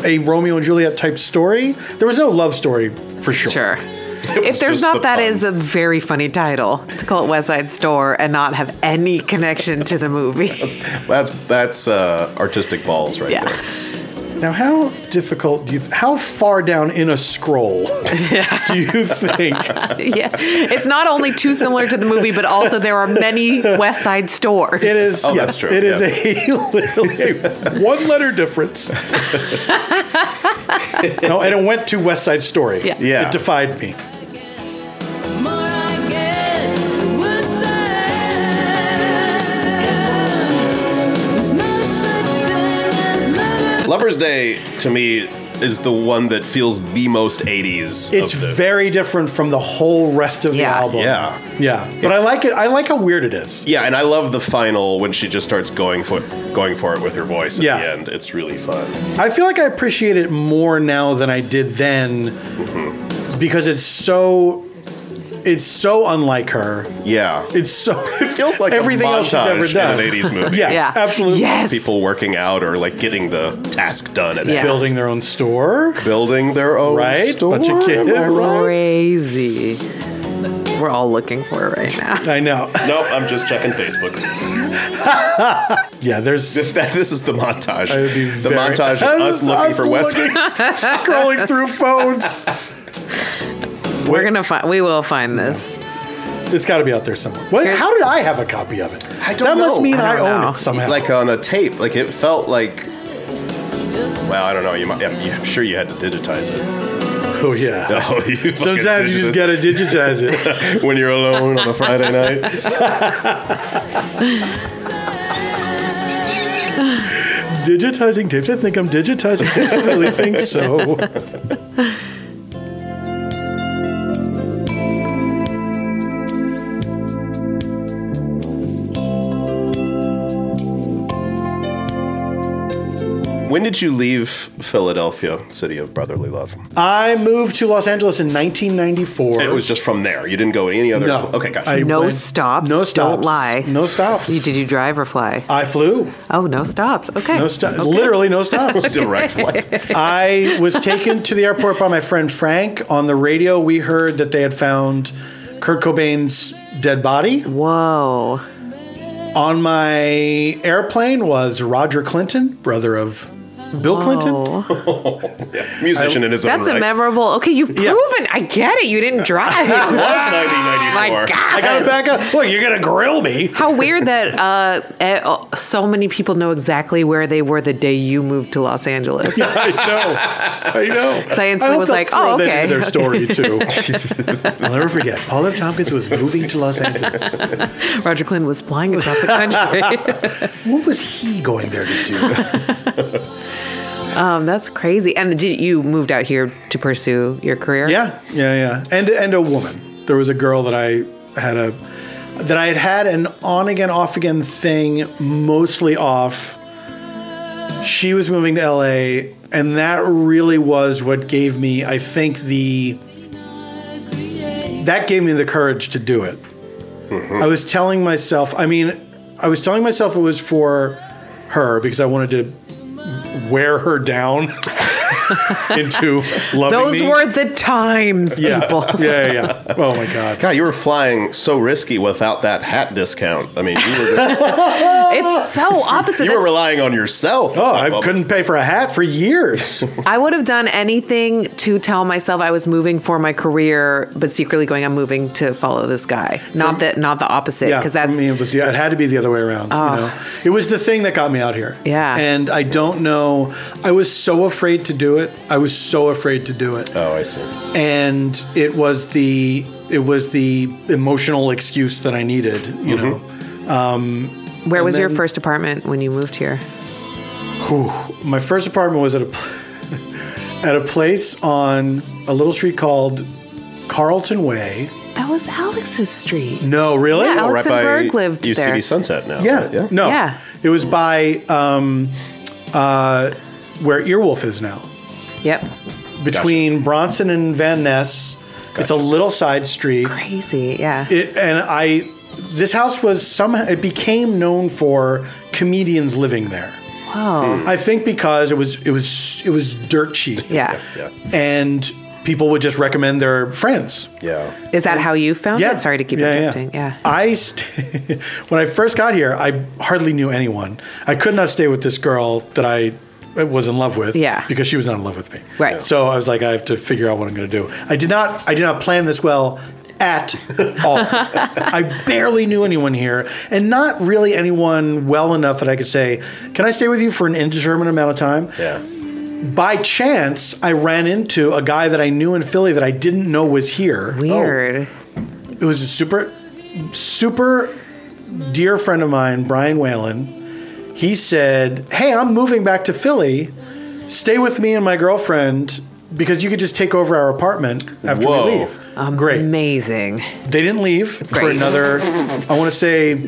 Speaker 3: a Romeo and Juliet type story. There was no love story for sure.
Speaker 1: Sure.
Speaker 2: was
Speaker 1: If there's
Speaker 2: just the
Speaker 1: not, that
Speaker 2: pun.
Speaker 1: is a very funny title to call it West Side Store and not have any connection to the movie.
Speaker 2: That's that's uh, artistic balls right
Speaker 1: yeah.
Speaker 2: there.
Speaker 3: Now, how difficult do you? how far down in a
Speaker 1: [LAUGHS]
Speaker 3: scroll do you think?
Speaker 1: [LAUGHS] yeah. It's not only too similar to the movie, but also there are many West Side stores.
Speaker 3: It is.
Speaker 2: Oh,
Speaker 3: yes,
Speaker 2: that's true,
Speaker 3: It is
Speaker 2: yeah.
Speaker 3: a [LAUGHS] literally a [LAUGHS] one letter difference. [LAUGHS] no, and it went to West Side Story.
Speaker 1: Yeah.
Speaker 2: Yeah.
Speaker 3: It defied me.
Speaker 6: More I guess, the worse I am. There's no such thing as love.
Speaker 2: Lover's Day to me is the one that feels the most 80s.
Speaker 3: It's
Speaker 2: of the,
Speaker 3: very different from the whole rest of
Speaker 1: Yeah.
Speaker 3: the album.
Speaker 2: yeah.
Speaker 3: Yeah. But I like it. I like how weird it is.
Speaker 2: Yeah, and I love the final when she just starts going for going for it with her voice at
Speaker 3: Yeah.
Speaker 2: the end. It's really fun.
Speaker 3: I feel like I appreciate it more now than I did then because it's so it's so unlike her.
Speaker 2: Yeah.
Speaker 3: It's so [LAUGHS] it
Speaker 2: feels like
Speaker 3: everything
Speaker 2: a
Speaker 3: else she's
Speaker 2: montage
Speaker 3: ever done.
Speaker 2: in an 80s movie.
Speaker 3: yeah,
Speaker 1: Yeah.
Speaker 3: absolutely.
Speaker 1: Yes.
Speaker 2: People working out or like getting the task done and
Speaker 1: Yeah.
Speaker 3: Building their own store,
Speaker 2: building their own
Speaker 3: right?
Speaker 2: store.
Speaker 3: Bunch of kids.
Speaker 2: Am I right?
Speaker 1: Crazy. We're all looking for it right now.
Speaker 3: I know.
Speaker 2: No, I'm just checking Facebook. [LAUGHS]
Speaker 3: Yeah, there's
Speaker 2: This, that, this is the montage.
Speaker 3: I would be
Speaker 2: the
Speaker 3: very-
Speaker 2: montage of us looking for West. [LAUGHS]
Speaker 3: looking- scrolling through phones.
Speaker 1: We're gonna find. We will find this.
Speaker 3: It's got to be out there somewhere. What,
Speaker 1: Here's-
Speaker 3: how did I have a copy of it?
Speaker 2: I don't
Speaker 3: that must
Speaker 2: know.
Speaker 3: mean
Speaker 1: I
Speaker 3: I,
Speaker 1: don't
Speaker 3: own
Speaker 1: know.
Speaker 3: it somehow.
Speaker 2: Like on a tape. Like it felt like. Well, I don't know. You might. I'm yeah, sure you had to digitize it. [LAUGHS]
Speaker 3: oh yeah.
Speaker 2: Oh,
Speaker 3: [LAUGHS]
Speaker 2: you
Speaker 3: Sometimes you just gotta
Speaker 2: [LAUGHS]
Speaker 3: digitize it.
Speaker 2: get when you're alone on a
Speaker 3: [LAUGHS]
Speaker 2: Friday night.
Speaker 3: digitizing tapes. I think I'm digitizing tapes. I really think so.
Speaker 2: [LAUGHS] When did you leave Philadelphia, city of brotherly love?
Speaker 3: I moved to Los Angeles in 1994.
Speaker 2: It was just from there. You didn't go any other.
Speaker 3: no.
Speaker 2: Okay, gotcha.
Speaker 3: I
Speaker 1: No
Speaker 3: went-
Speaker 1: stops.
Speaker 3: No
Speaker 1: Don't
Speaker 3: stops.
Speaker 1: lie.
Speaker 3: No stops.
Speaker 1: You, did you drive or fly?
Speaker 3: I flew.
Speaker 1: Oh, no stops. Okay.
Speaker 3: No
Speaker 1: [LAUGHS]
Speaker 3: stops.
Speaker 1: Okay.
Speaker 3: Literally no stops.
Speaker 2: [LAUGHS] Direct flight.
Speaker 3: [LAUGHS] I was taken to the airport by my friend Frank. On the radio, we heard that they had found Kurt Cobain's dead body.
Speaker 1: Whoa.
Speaker 3: On my airplane was Roger Clinton, brother of Bill Clinton.
Speaker 1: Oh,
Speaker 2: Musician in his own
Speaker 1: that's a
Speaker 2: right.
Speaker 1: memorable. Okay, you've proven.
Speaker 3: Yeah.
Speaker 1: I get it. You didn't
Speaker 3: [LAUGHS]
Speaker 2: It
Speaker 1: drive.
Speaker 2: was 1994.
Speaker 1: Oh My God.
Speaker 3: I gotta back up. Look, you're gonna grill me.
Speaker 1: How weird that uh, eh, oh, so many people know exactly where they were the day you moved to Los Angeles.
Speaker 3: [LAUGHS] I know. I know.
Speaker 1: Science
Speaker 3: I hope
Speaker 1: was
Speaker 3: they'll
Speaker 1: like,
Speaker 3: throw
Speaker 1: "Oh,
Speaker 3: that
Speaker 1: okay."
Speaker 3: into
Speaker 1: [LAUGHS]
Speaker 3: their story too. I'll never forget. Paul F. Tompkins was moving to Los Angeles.
Speaker 1: Roger Clinton was flying across
Speaker 3: [LAUGHS]
Speaker 1: the country.
Speaker 3: What was he going there to do?
Speaker 1: um, that's crazy. And did, you moved out here to pursue your career.
Speaker 3: Yeah, yeah, yeah. And and a woman. There was a girl that I had a that I had had an on again, off again thing, mostly off. She was moving to LA, and that really was what gave me, I think, the that gave me the courage to do it.
Speaker 1: Mm-hmm.
Speaker 3: I was telling myself, I mean, I was telling myself it was for her because I wanted to wear her down [LAUGHS] into loving
Speaker 1: [LAUGHS] Those
Speaker 3: me.
Speaker 1: were the times,
Speaker 3: yeah. [LAUGHS]
Speaker 1: people.
Speaker 3: Yeah, yeah, yeah. Oh my god.
Speaker 2: God, you were flying so risky without that hat discount. I mean,
Speaker 1: [LAUGHS]
Speaker 2: you were,
Speaker 1: It's so opposite.
Speaker 2: you were
Speaker 1: That's-
Speaker 2: relying on yourself.
Speaker 3: Oh, I couldn't pay for a hat
Speaker 1: [LAUGHS]
Speaker 3: for years.
Speaker 1: I would have done anything to tell myself I was moving for my career, but secretly going, I'm moving to follow this guy. Not that, not the opposite,
Speaker 3: Yeah,
Speaker 1: because that's Ah.
Speaker 3: I mean, it was yeah, it had to be the other way around. you know, it was the thing that got me out here.
Speaker 1: Yeah.
Speaker 3: and I don't know. I was so afraid to do it. I was so afraid to do it,
Speaker 2: Oh, I see.
Speaker 3: and it was the it was the emotional excuse that I needed. You know,
Speaker 1: Where
Speaker 3: and
Speaker 1: was your
Speaker 3: then-
Speaker 1: first apartment when you moved here? Mm-hmm.
Speaker 3: Whew. My first apartment was at a [LAUGHS] pl- at a place on a little street called Carlton Way.
Speaker 1: That was Alex's street.
Speaker 3: No, really?
Speaker 1: Yeah, Alex
Speaker 2: right
Speaker 1: and Berg
Speaker 2: by
Speaker 1: lived
Speaker 2: UCB
Speaker 1: there.
Speaker 2: Sunset now.
Speaker 3: Yeah,
Speaker 2: right? yeah.
Speaker 3: No,
Speaker 1: Yeah.
Speaker 3: it was by um, uh, where Earwolf is now,
Speaker 1: Yep.
Speaker 3: between Bronson and Van Ness. It's a little side street.
Speaker 1: Crazy. Yeah.
Speaker 3: It and I, this house was somehow it became known for comedians living there.
Speaker 1: Wow.
Speaker 3: I think because it was it was it was dirt cheap.
Speaker 1: Yeah.
Speaker 2: Yeah.
Speaker 3: and people would just recommend their friends.
Speaker 2: Yeah.
Speaker 1: Is that how you found it? Sorry to keep
Speaker 3: Yeah, Oh.
Speaker 1: interrupting. Yeah.
Speaker 3: I st- [LAUGHS] when I first got here, I hardly knew anyone. I could not stay with this girl that I was in love with.
Speaker 1: Yeah.
Speaker 3: because she was not in love with me.
Speaker 1: Right.
Speaker 3: So I was like, I have to figure out what I'm going to do. I did not. I did not plan this well at [LAUGHS] all. I barely knew anyone here, and not really anyone well enough that I could say, "Can I stay with you for an indeterminate amount of time?"
Speaker 2: Yeah.
Speaker 3: By chance, I ran into a guy that I knew in Philly that I didn't know was here.
Speaker 1: Weird.
Speaker 3: It was a super, super dear friend of mine, Brian Whalen. He said, Hey, I'm moving back to Philly. Stay with me and my girlfriend because you could just take over our apartment after
Speaker 2: Whoa.
Speaker 3: we leave. Great.
Speaker 1: Amazing.
Speaker 3: They didn't leave for
Speaker 1: Great.
Speaker 3: another, I want to say,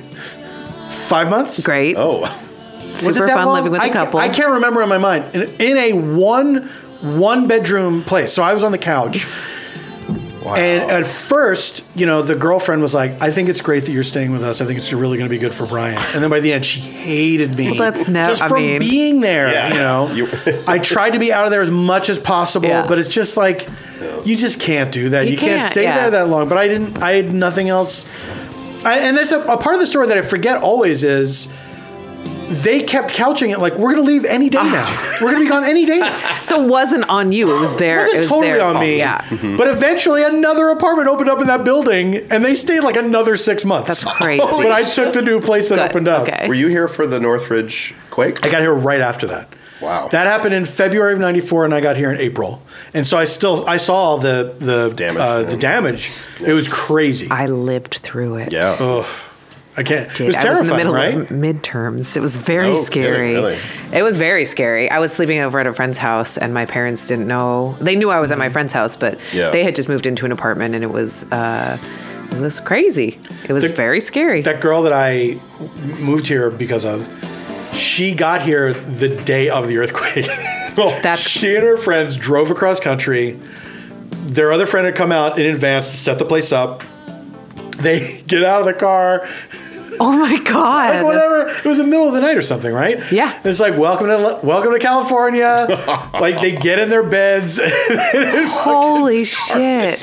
Speaker 3: five months?
Speaker 1: Great.
Speaker 2: Oh. [LAUGHS]
Speaker 3: Was it
Speaker 1: Super
Speaker 3: that
Speaker 1: fun
Speaker 3: long?
Speaker 1: living with
Speaker 3: I
Speaker 1: a
Speaker 3: ca-
Speaker 1: couple.
Speaker 3: I can't remember in my mind. In, in a one one bedroom place. So I was on the couch. And uh, at first, you know, the girlfriend was like, "I think it's great that you're staying with us. I think it's really going to be good for Brian." And then by the end, she hated me.
Speaker 1: Well, that's no-
Speaker 3: just
Speaker 1: I
Speaker 3: from
Speaker 1: mean-
Speaker 3: being there.
Speaker 2: Yeah.
Speaker 3: You know,
Speaker 2: You-
Speaker 3: I tried to be out of there as much as possible,
Speaker 1: Yeah.
Speaker 3: but it's just like you just can't do that. You,
Speaker 1: You
Speaker 3: can't,
Speaker 1: can't,
Speaker 3: stay
Speaker 1: yeah.
Speaker 3: there that long. But I didn't. I had nothing else. I, and there's a, a part of the story that I forget always is they kept couching it like we're gonna leave any day
Speaker 1: Ah.
Speaker 3: now. We're gonna be gone
Speaker 1: [LAUGHS]
Speaker 3: any day now.
Speaker 1: So it wasn't on you. It was
Speaker 3: It
Speaker 1: there.
Speaker 3: wasn't totally
Speaker 1: their
Speaker 3: on
Speaker 1: fault.
Speaker 3: me.
Speaker 1: Yeah.
Speaker 2: Mm-hmm.
Speaker 3: But eventually another apartment opened up in that building and they stayed like another six months. [LAUGHS]
Speaker 1: That's crazy.
Speaker 3: but I took the new place that
Speaker 1: Good.
Speaker 3: opened up.
Speaker 1: Okay.
Speaker 2: Were you here for the Northridge quake?
Speaker 3: I got here right after that.
Speaker 2: Wow.
Speaker 3: That happened in February of '94, and I got here in April. And so I still I saw the the
Speaker 2: Damage,
Speaker 3: Uh,
Speaker 2: yeah.
Speaker 3: the damage. It was crazy. I,
Speaker 1: I lived through it.
Speaker 2: yeah.
Speaker 3: can't. It
Speaker 1: did.
Speaker 3: was
Speaker 1: I was in the
Speaker 3: terrifying,
Speaker 1: middle
Speaker 3: right?
Speaker 1: of midterms. It was very
Speaker 2: No kidding,
Speaker 1: scary.
Speaker 2: really?
Speaker 1: It was very scary. I was sleeping over at a friend's house, and my parents didn't know. They knew I was at my friend's house, but
Speaker 2: Mm-hmm. Yeah.
Speaker 1: they had just moved into an apartment, and it was uh, it was crazy. It was
Speaker 3: The-
Speaker 1: very scary.
Speaker 3: that girl that I moved here because of, she got here the day of the earthquake. [LAUGHS] well,
Speaker 1: That's-
Speaker 3: she and her friends drove across country. Their other friend had come out in advance to set the place up. They [LAUGHS] get out of the car.
Speaker 1: oh my god!
Speaker 3: like whatever. It was the middle of the night or something, right?
Speaker 1: Yeah.
Speaker 3: And it's like welcome to welcome to [LAUGHS] California. like they get in their beds. [LAUGHS]
Speaker 1: Holy shit!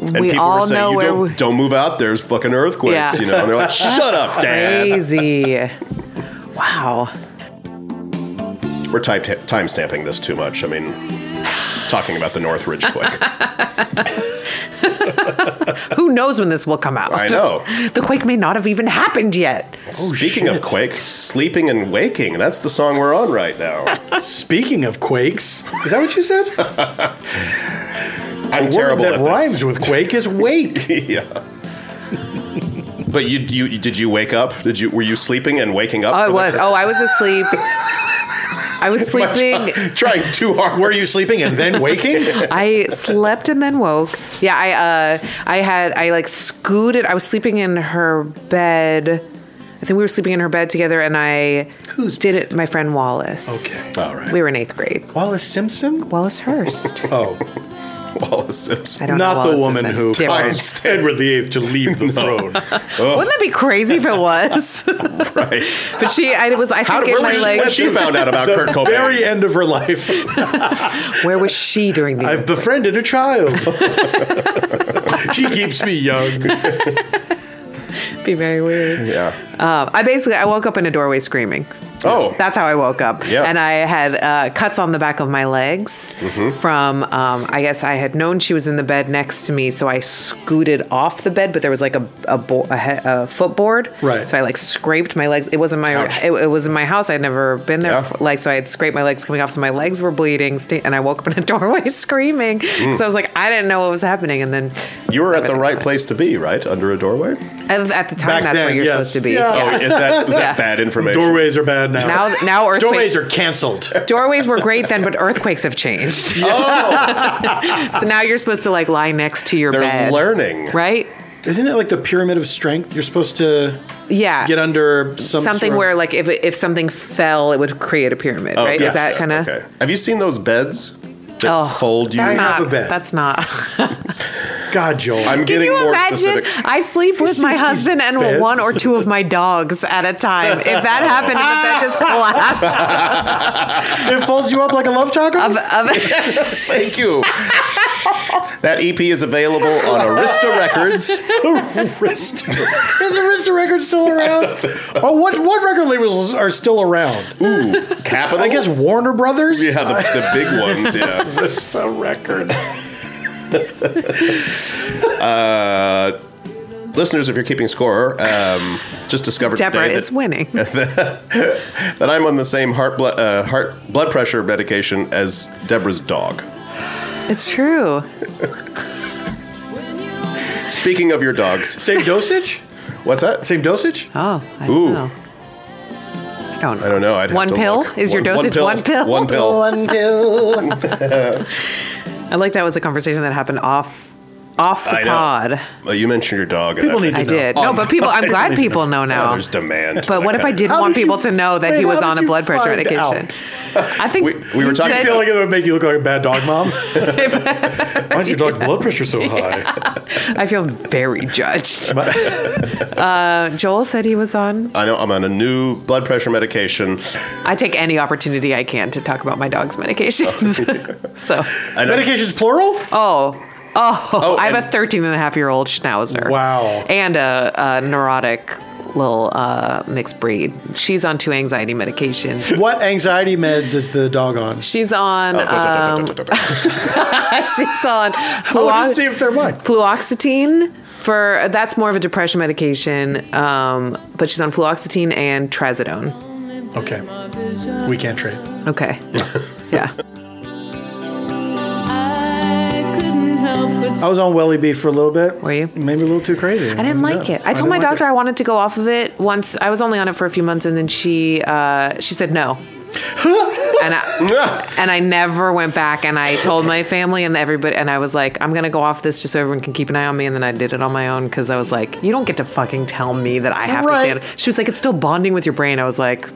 Speaker 2: And
Speaker 1: we
Speaker 2: people
Speaker 1: all
Speaker 2: were saying,
Speaker 1: know
Speaker 2: you
Speaker 1: where
Speaker 2: don't, [LAUGHS]
Speaker 1: we.
Speaker 2: don't move out, there's fucking earthquakes,
Speaker 1: Yeah.
Speaker 2: you know? And
Speaker 1: [LAUGHS]
Speaker 2: they're like, shut up, dad.
Speaker 1: Crazy. wow.
Speaker 2: We're type, time stamping this too much. I mean, talking about the Northridge quake.
Speaker 1: Who knows when this will come out? [LAUGHS]
Speaker 2: I know.
Speaker 1: The quake may not have even happened yet.
Speaker 2: Speaking of
Speaker 3: shit.
Speaker 2: quake, sleeping and waking, that's the song we're on
Speaker 1: [LAUGHS]
Speaker 2: right now.
Speaker 3: Speaking of quakes, is that what you [LAUGHS] said?
Speaker 2: I'm
Speaker 3: Word
Speaker 2: terrible
Speaker 3: that
Speaker 2: at
Speaker 3: rhymes
Speaker 2: this.
Speaker 3: with quake is
Speaker 2: [LAUGHS]
Speaker 3: wake.
Speaker 2: yeah. But you, you, you- did you wake up? Did you, were you sleeping and waking up?
Speaker 1: Oh,
Speaker 2: for
Speaker 1: I
Speaker 2: the-
Speaker 1: was. Oh, I was asleep. I
Speaker 3: [LAUGHS]
Speaker 1: was sleeping.
Speaker 2: [LAUGHS] trying too hard.
Speaker 3: [LAUGHS] Were you sleeping and then [LAUGHS] waking?
Speaker 1: I slept and then woke. Yeah, I uh, I had I like scooted. I was sleeping in her bed. I think we were sleeping in her bed together, and I
Speaker 3: Whose
Speaker 1: did it. My friend Wallace.
Speaker 3: Okay.
Speaker 2: All right.
Speaker 1: We were in eighth grade.
Speaker 3: Wallace Simpson?
Speaker 1: Wallace Hurst.
Speaker 3: [LAUGHS] Oh,
Speaker 2: [LAUGHS] Wallace Simpson.
Speaker 1: I don't know.
Speaker 3: not
Speaker 1: Wallace
Speaker 3: the
Speaker 1: is
Speaker 3: woman
Speaker 1: a
Speaker 3: who
Speaker 1: different-
Speaker 3: caused Edward VIII to leave [LAUGHS] the throne.
Speaker 1: Wouldn't that be crazy if it
Speaker 3: [LAUGHS]
Speaker 1: was?
Speaker 2: Right.
Speaker 1: but she, I was. I
Speaker 2: How,
Speaker 1: think
Speaker 2: where
Speaker 1: in my
Speaker 2: was she, when
Speaker 1: like,
Speaker 2: she found out about Kurt Cobain?
Speaker 3: Very end of her life.
Speaker 1: where was she during the?
Speaker 3: I've befriended a child. [LAUGHS] she keeps me [LAUGHS] young.
Speaker 1: It'd be very weird.
Speaker 2: Yeah.
Speaker 1: Um, I basically I woke up in a doorway screaming.
Speaker 2: Oh.
Speaker 1: That's how I woke up.
Speaker 2: Yeah.
Speaker 1: And I had uh, cuts on the back of my legs from, um, I guess I had known she was in the bed next to me, so I scooted off the bed, but there was like a, a, bo- a, he- a footboard.
Speaker 3: Right.
Speaker 1: So I like scraped my legs. It wasn't my,
Speaker 2: Ouch.
Speaker 1: it, it was in my house. I'd never been there.
Speaker 2: Yeah.
Speaker 1: Before. Like, so I had scraped my legs coming off, so my legs [LAUGHS] were bleeding, sta- and I woke up in a doorway screaming. So I was like, I didn't know what was happening. And then
Speaker 2: You were at
Speaker 1: whatever that
Speaker 2: the right
Speaker 1: was.
Speaker 2: place to be, right? Under a doorway?
Speaker 1: At at the time,
Speaker 3: Back
Speaker 1: that's
Speaker 3: then,
Speaker 1: where you're
Speaker 3: yes.
Speaker 1: supposed to be.
Speaker 3: Yeah.
Speaker 1: Yeah.
Speaker 2: Oh, is that, is
Speaker 1: [LAUGHS] Yeah.
Speaker 2: that bad information?
Speaker 3: Doorways are bad now.
Speaker 1: Now, now earthquakes.
Speaker 3: Doorways are canceled.
Speaker 1: doorways were great then, but earthquakes have
Speaker 2: [LAUGHS]
Speaker 1: changed. [LAUGHS] so now you're supposed to like lie next to your
Speaker 2: They're
Speaker 1: bed,
Speaker 2: learning.
Speaker 1: right?
Speaker 3: Isn't it like the pyramid of strength? You're supposed to
Speaker 1: Yeah.
Speaker 3: get under some
Speaker 1: something
Speaker 3: sort of-
Speaker 1: where like if if something fell, it would create a pyramid, right?
Speaker 2: yes.
Speaker 1: Is that kind of?
Speaker 2: Oh, Okay. Have you seen those beds that
Speaker 1: Oh,
Speaker 2: fold you?
Speaker 3: I have a bed.
Speaker 1: That's not. [LAUGHS]
Speaker 3: God, Joel.
Speaker 2: I'm
Speaker 1: Can
Speaker 2: getting
Speaker 1: you
Speaker 2: more
Speaker 1: imagine?
Speaker 2: specific.
Speaker 1: I sleep with
Speaker 3: see
Speaker 1: my
Speaker 3: these
Speaker 1: husband and
Speaker 3: beds?
Speaker 1: one or two of my dogs at a time. If that happened, if that just
Speaker 2: [LAUGHS]
Speaker 1: collapsed.
Speaker 3: it folds you up like a love taco. [LAUGHS]
Speaker 1: Of,
Speaker 2: Thank
Speaker 1: [LAUGHS]
Speaker 2: you. that EP is available on Arista Records.
Speaker 3: [LAUGHS] Arista. Is Arista record still [LAUGHS] around? Oh, what what record labels are still around?
Speaker 2: Ooh, Capital.
Speaker 3: I guess Warner Brothers.
Speaker 1: [LAUGHS]
Speaker 2: Yeah, the, the big ones. Yeah.
Speaker 3: Arista Records.
Speaker 2: [LAUGHS] Uh, listeners, if you're keeping score, um, just discovered
Speaker 1: Deborah
Speaker 2: today
Speaker 1: is
Speaker 2: that,
Speaker 1: winning.
Speaker 2: [LAUGHS] that I'm on the same heart blood uh, heart blood pressure medication as Deborah's dog.
Speaker 1: It's true.
Speaker 2: Speaking of your dogs,
Speaker 3: Same dosage.
Speaker 2: what's that?
Speaker 3: Same dosage.
Speaker 1: Oh, I don't
Speaker 2: Ooh.
Speaker 1: know. I don't know.
Speaker 2: I don't know. I'd have
Speaker 1: One
Speaker 2: to
Speaker 1: pill?
Speaker 2: look.
Speaker 1: Is your dosage one pill?
Speaker 2: One
Speaker 1: [LAUGHS]
Speaker 2: pill.
Speaker 3: One pill.
Speaker 1: I like that was a conversation that happened off off the
Speaker 2: I know.
Speaker 1: pod.
Speaker 2: Well, you mentioned your dog. and
Speaker 3: People
Speaker 2: I-
Speaker 3: need to
Speaker 1: I
Speaker 3: No.
Speaker 1: did. No,
Speaker 2: Oh,
Speaker 1: but people. I'm
Speaker 2: no.
Speaker 1: glad people know
Speaker 2: Oh, [LAUGHS]
Speaker 1: now.
Speaker 2: there's demand. for
Speaker 1: But
Speaker 2: that
Speaker 1: what if I
Speaker 2: kind of-
Speaker 1: didn't
Speaker 3: How
Speaker 1: want
Speaker 3: did
Speaker 1: people
Speaker 3: you-
Speaker 1: to know that
Speaker 3: wait,
Speaker 1: he was
Speaker 3: how
Speaker 1: on
Speaker 3: did
Speaker 1: a
Speaker 3: you
Speaker 1: blood pressure
Speaker 3: find
Speaker 1: medication?
Speaker 3: out?
Speaker 1: I think
Speaker 2: We- we were
Speaker 1: you
Speaker 2: talking-
Speaker 1: said-
Speaker 3: I feel like it would make you look like a bad dog
Speaker 1: [LAUGHS]
Speaker 3: mom. Why is your dog's blood pressure so
Speaker 1: [LAUGHS]
Speaker 3: high?
Speaker 1: I feel very
Speaker 2: [LAUGHS]
Speaker 1: judged. Uh, Joel said he was on.
Speaker 2: I know I'm on a new blood pressure medication.
Speaker 1: I take any opportunity I can to talk about my dog's
Speaker 2: Oh. [LAUGHS]
Speaker 1: medications. [LAUGHS] so,
Speaker 2: I know,
Speaker 3: Medication's plural.
Speaker 1: oh, oh, I have
Speaker 2: and-
Speaker 1: a 13 and a half year old schnauzer.
Speaker 3: Wow.
Speaker 1: And a, a neurotic little uh, mixed breed. She's on two anxiety
Speaker 2: [LAUGHS]
Speaker 1: medications.
Speaker 3: What anxiety meds is the dog on?
Speaker 1: She's on.
Speaker 2: Oh, da- da- da-
Speaker 1: um,
Speaker 2: da- da- da- da.
Speaker 1: [LAUGHS] she's on.
Speaker 2: Oh,
Speaker 3: Oh, I
Speaker 1: fluo-
Speaker 3: want to see if they're mine.
Speaker 1: fluoxetine for that's more of a depression medication um, but she's on fluoxetine and trazodone
Speaker 3: Okay, we can't trade.
Speaker 1: [LAUGHS] okay yeah
Speaker 6: I couldn't help but
Speaker 3: I was on Welly B for a little bit.
Speaker 1: Were you?
Speaker 3: Maybe a little too crazy.
Speaker 1: i didn't like it i told my doctor i wanted to go off of it once i was only on it for a few months and then she uh, she said [LAUGHS] no and I, and I never went back and I told my family and everybody and I was like I'm gonna go off this just so everyone can keep an eye on me and then I did it on my own because I was like you don't get to fucking tell me that I have
Speaker 3: Right.
Speaker 1: to stand she was like it's still bonding with your brain I was like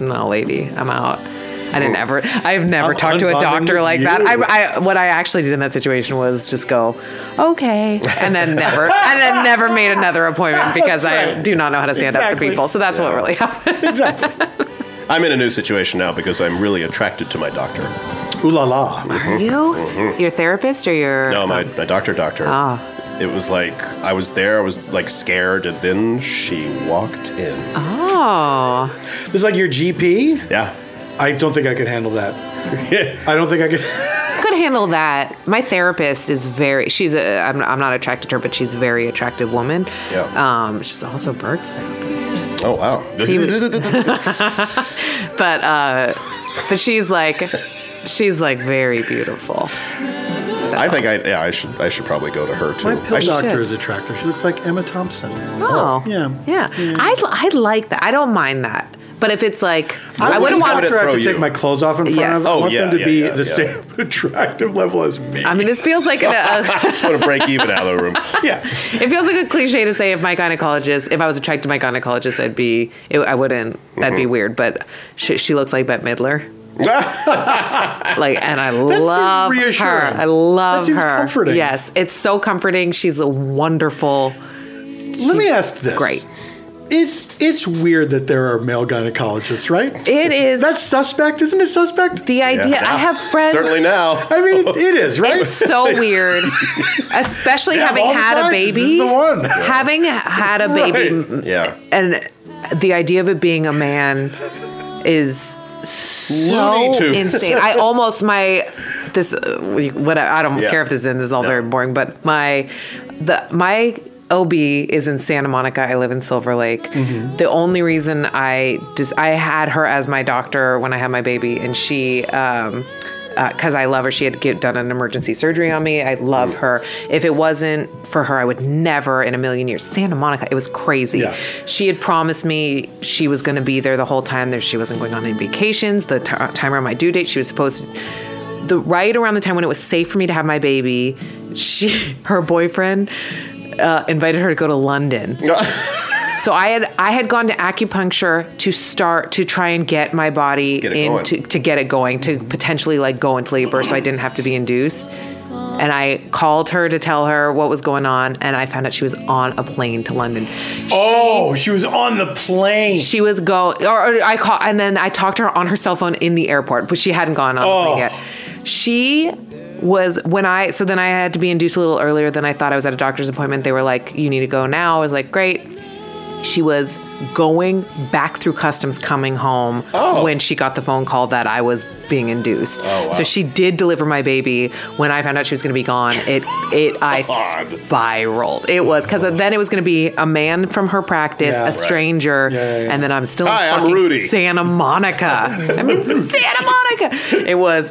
Speaker 1: no lady I'm out I didn't ever I've never
Speaker 3: Oh. I'm
Speaker 1: talked to a
Speaker 3: unbonding
Speaker 1: doctor
Speaker 3: with
Speaker 1: like that
Speaker 3: you.
Speaker 1: I, I what I actually did in that situation was just go okay and then never and then never made another
Speaker 3: [LAUGHS]
Speaker 1: appointment because I
Speaker 3: right.
Speaker 1: do not know how to stand up
Speaker 3: Exactly.
Speaker 1: to people so that's what really [LAUGHS] happened [LAUGHS]
Speaker 3: [LAUGHS] Exactly.
Speaker 2: [LAUGHS] I'm in a new situation now because I'm really attracted to my doctor.
Speaker 3: Ooh la la.
Speaker 1: Are you your therapist or your?
Speaker 2: No, my, my doctor, doctor.
Speaker 1: Ah.
Speaker 2: It was like I was there. I was like scared, and then she walked in.
Speaker 1: Oh,
Speaker 3: This is like your GP.
Speaker 2: Yeah.
Speaker 3: I don't think I could handle that. I don't think I could.
Speaker 1: I could handle that. My therapist is very. She's a. I'm, I'm not attracted to her, but she's a very attractive woman.
Speaker 2: Yeah.
Speaker 1: Um, she's also Berg's therapist,
Speaker 2: oh wow.
Speaker 1: but uh, but she's like, she's like very beautiful.
Speaker 2: I think I yeah I should I should probably go to her too.
Speaker 3: My pill
Speaker 2: I should-
Speaker 3: doctor
Speaker 1: should.
Speaker 3: is attractive. She looks like Emma Thompson.
Speaker 1: Oh.
Speaker 3: yeah.
Speaker 1: Yeah. I I like that. I don't mind that. But if it's like, I, wouldn't
Speaker 2: like
Speaker 1: want.
Speaker 2: that.
Speaker 3: doctor I have
Speaker 2: throw
Speaker 3: to
Speaker 2: you.
Speaker 3: take my clothes off in front
Speaker 1: Yes.
Speaker 3: of. I
Speaker 2: Oh,
Speaker 3: want
Speaker 2: yeah,
Speaker 3: them to
Speaker 2: yeah,
Speaker 3: be
Speaker 2: yeah,
Speaker 3: the
Speaker 2: yeah.
Speaker 3: same [LAUGHS] attractive level as me.
Speaker 1: I mean, this feels like a, a
Speaker 2: [LAUGHS] I want to break even out of
Speaker 1: [LAUGHS]
Speaker 2: the room.
Speaker 3: yeah.
Speaker 1: It feels like a cliche to say if my gynecologist, if I was attracted to my gynecologist, I'd be, it, I wouldn't, that'd
Speaker 3: Mm-hmm.
Speaker 1: be weird. But she, she looks like Bette
Speaker 3: [LAUGHS]
Speaker 1: Midler. like, and I
Speaker 3: seems
Speaker 1: love
Speaker 3: reassuring.
Speaker 1: her. I love
Speaker 3: That seems
Speaker 1: her.
Speaker 3: comforting.
Speaker 1: Yes, it's so comforting. She's a wonderful,
Speaker 3: Let me ask this.
Speaker 1: great.
Speaker 3: It's it's weird that there are male gynecologists, right?
Speaker 1: It is
Speaker 3: That's suspect, isn't it? Suspect.
Speaker 1: the idea. I
Speaker 3: [LAUGHS]
Speaker 1: have friends.
Speaker 2: Certainly now.
Speaker 3: I
Speaker 2: [LAUGHS]
Speaker 3: mean, it is, right?
Speaker 1: It's so
Speaker 3: [LAUGHS]
Speaker 1: weird, especially having
Speaker 3: all the
Speaker 1: had a
Speaker 3: signs, this is
Speaker 1: baby.
Speaker 3: the one. Yeah.
Speaker 1: Having had a baby,
Speaker 3: Right.
Speaker 1: m-
Speaker 2: Yeah.
Speaker 1: and the idea of it being a man is so
Speaker 2: Looney Tunes.
Speaker 1: insane. I almost my this uh, we- what I I don't
Speaker 2: Yeah.
Speaker 1: care if this is in this is all
Speaker 2: No.
Speaker 1: very boring, but my the my OB is in Santa Monica. I live in Silver Lake.
Speaker 2: Mm-hmm.
Speaker 1: The only reason I just I had her as my doctor when I had my baby, and she um, because I love her. She had get, done an emergency surgery on me. I
Speaker 2: Mm.
Speaker 1: love her. If it wasn't for her, I would never in a million years. Santa Monica, it was crazy.
Speaker 3: Yeah.
Speaker 1: She had promised me she was going to be there the whole time. There, she wasn't going on any vacations. The t- time around my due date, she was supposed to the right around the time when it was safe for me to have my baby, she [LAUGHS] her boyfriend uh, invited her to go to London. so I had I had gone to acupuncture to start to try and get my body
Speaker 2: Get it going.
Speaker 1: into to get it going to potentially like go into labor so I didn't have to be induced. And I called her to tell her what was going on, and I found out she was on a plane to London.
Speaker 3: Oh, she was on the plane.
Speaker 1: She was go, or, or I call, and then I talked to her on her cell phone in the airport, but she hadn't gone on
Speaker 3: Oh.
Speaker 1: the plane yet. She was when I so then I had to be induced a little earlier than I thought. I was at a doctor's appointment. They were like, "You need to go now." I was like, "Great." She was going back through customs coming home when she got the phone call that I was being induced.
Speaker 2: Oh, wow.
Speaker 1: So she did deliver my baby. When I found out she was going to be gone, it it I
Speaker 2: God.
Speaker 1: spiraled. It was cuz then it was going to be a man from her practice,
Speaker 3: Yeah.
Speaker 1: a
Speaker 3: Right.
Speaker 1: stranger,
Speaker 3: Yeah, yeah, yeah.
Speaker 1: and then I'm still
Speaker 2: Hi,
Speaker 1: in
Speaker 2: I'm
Speaker 1: fucking
Speaker 2: Rudy.
Speaker 1: Santa Monica. I'm
Speaker 2: [LAUGHS]
Speaker 1: in Santa Monica. It was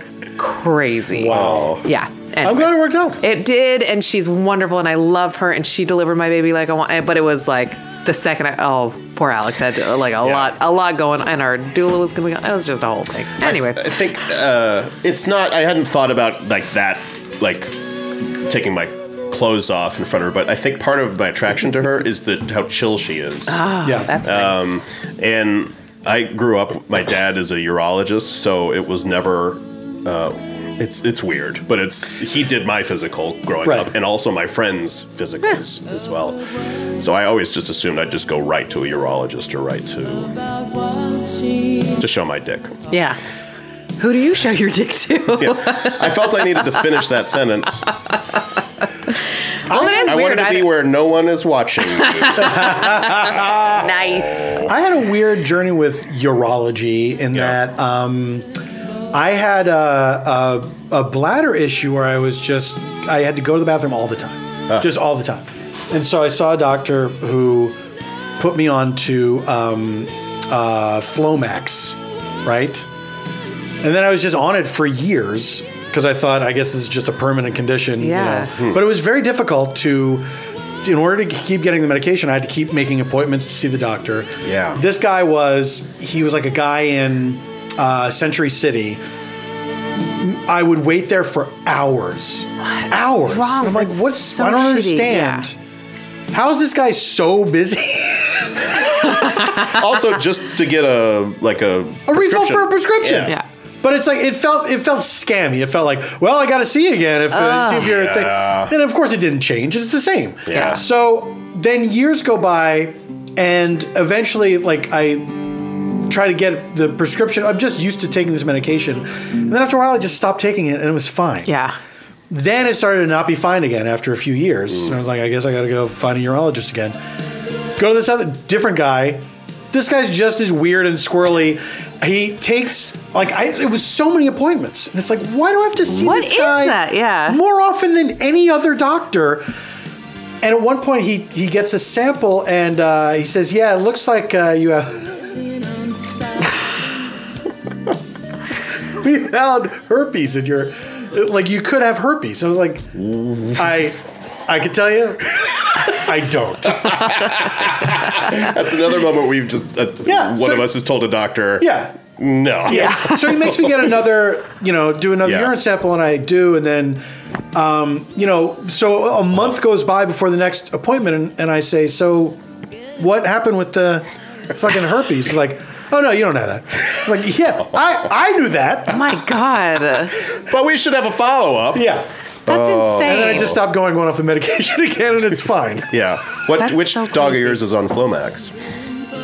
Speaker 1: crazy.
Speaker 3: Wow.
Speaker 1: Yeah.
Speaker 3: I'm
Speaker 1: Anyway.
Speaker 3: glad it worked out.
Speaker 1: It did, and she's wonderful, and I love her, and she delivered my baby like I want. But it was like the second I oh poor Alex had to, like a lot a lot going, and our doula was coming. It was just a whole thing. Anyway,
Speaker 2: I think uh, it's not. I hadn't thought about like that, like taking my clothes off in front of her. But I think part of my attraction to her is that how chill she is.
Speaker 1: Ah.
Speaker 3: yeah.
Speaker 1: Oh, that's nice.
Speaker 2: Um, and I grew up. My dad is a urologist, so it was never. Uh, it's it's weird, but it's he did my physical growing
Speaker 3: Right.
Speaker 2: up, and also my friends' physicals as well. So I always just assumed I'd just go right to a urologist or right to
Speaker 6: about what she
Speaker 2: to show my dick.
Speaker 1: yeah. Who do you show your dick to?
Speaker 2: Yeah. [LAUGHS] I felt I needed to finish that sentence.
Speaker 1: well, it is
Speaker 2: I
Speaker 1: weird.
Speaker 2: wanted to
Speaker 1: I-
Speaker 2: be where no one is
Speaker 3: [LAUGHS]
Speaker 2: watching.
Speaker 1: nice.
Speaker 3: I had a weird journey with urology in
Speaker 2: Yeah.
Speaker 3: that um, I had a, a, a bladder issue where I was just, I had to go to the bathroom all the time. Just all the time. And so I saw a doctor who put me on to um, uh, Flomax, right? And then I was just on it for years because I thought, I guess this is just a permanent condition.
Speaker 1: Yeah.
Speaker 3: You know? But it was very difficult to, in order to keep getting the medication, I had to keep making appointments to see the doctor.
Speaker 2: Yeah.
Speaker 3: This guy was, he was like a guy in uh, Century City. I would wait there for hours. Hours.
Speaker 1: wrong?
Speaker 3: I'm like,
Speaker 1: That's
Speaker 3: what's,
Speaker 1: so
Speaker 3: I don't
Speaker 1: shitty, yeah.
Speaker 3: understand. How is this guy so busy?
Speaker 2: also, just to get a like a
Speaker 3: a refill for a prescription.
Speaker 1: Yeah.
Speaker 3: But it's like it felt it felt scammy. It felt like, well, I got to see you again if, uh, see if you're a thing. And of course, it didn't change. It's the same.
Speaker 1: Yeah.
Speaker 3: So then years go by, and eventually, like I try to get the prescription. I'm just used to taking this medication, and then after a while, I just stopped taking it, and it was fine.
Speaker 1: Yeah.
Speaker 3: Then it started to not be fine again after a few years. And I was like, I guess I got to go find a urologist again. Go to this other different guy. This guy's just as weird and squirrely. He takes like I, it was so many appointments, and it's like, why do I have to see
Speaker 1: What
Speaker 3: this
Speaker 1: is
Speaker 3: guy
Speaker 1: that? Yeah.
Speaker 3: more often than any other doctor? And at one point, he he gets a sample and uh, he says, "Yeah, it looks like uh, you have." [LAUGHS] we found herpes in your like you could have herpes. I was like, I I can tell you, [LAUGHS] I don't.
Speaker 2: That's another moment we've just uh,
Speaker 3: Yeah,
Speaker 2: one
Speaker 3: so-
Speaker 2: of us has told a doctor.
Speaker 3: Yeah.
Speaker 2: No.
Speaker 3: Yeah. so he makes me get another, you know, do another
Speaker 2: Yeah.
Speaker 3: urine sample, and I do, and then, um, you know, so a month goes by before the next appointment, and, and I say, so, what happened with the fucking herpes? He's like, oh no, you don't have that. I'm like, yeah, I I knew that. [LAUGHS]
Speaker 1: My God, that's
Speaker 2: But we should have a follow up.
Speaker 3: Yeah.
Speaker 2: Oh.
Speaker 1: insane.
Speaker 3: And then I just stopped going, going off the medication [LAUGHS] again, and it's fine.
Speaker 2: Yeah. What?
Speaker 1: That's
Speaker 2: which
Speaker 1: so
Speaker 2: dog of
Speaker 1: crazy.
Speaker 2: yours is on Flomax?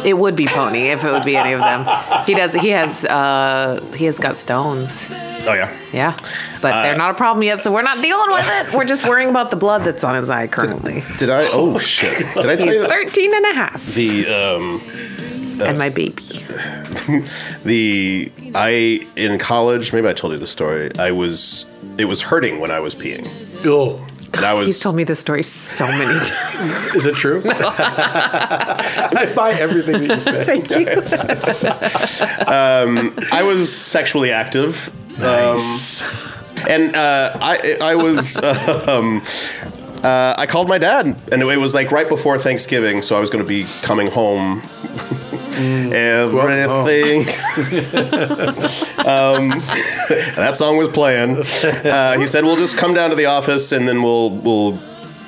Speaker 1: It would be Pony if it would be any of them. He does. He has. Uh, he has got stones.
Speaker 2: Oh yeah.
Speaker 1: Yeah, but they're
Speaker 3: Uh,
Speaker 1: not a problem yet, so we're not dealing with it. We're just worrying about the blood that's on his eye currently.
Speaker 2: Did I? Oh shit! Did I tell
Speaker 1: He's
Speaker 2: you
Speaker 1: 13 and a half,
Speaker 2: the um
Speaker 3: Uh,
Speaker 1: and my baby.
Speaker 2: the I in college? Maybe I told you the story. I was it was hurting when I was peeing.
Speaker 3: Ew.
Speaker 2: And I was.
Speaker 1: He's told me this story so many [LAUGHS] times.
Speaker 3: Is
Speaker 1: [LAUGHS]
Speaker 3: it true? I buy everything that you say.
Speaker 1: Thank you.
Speaker 2: I was sexually active Nice. and uh, I I was. [LAUGHS] Um, uh, I called my dad, and it was like right before Thanksgiving, so I was going to be coming home. Everything. [LAUGHS] um, that song was playing. Uh, he said, "We'll just come down to the office, and then we'll we'll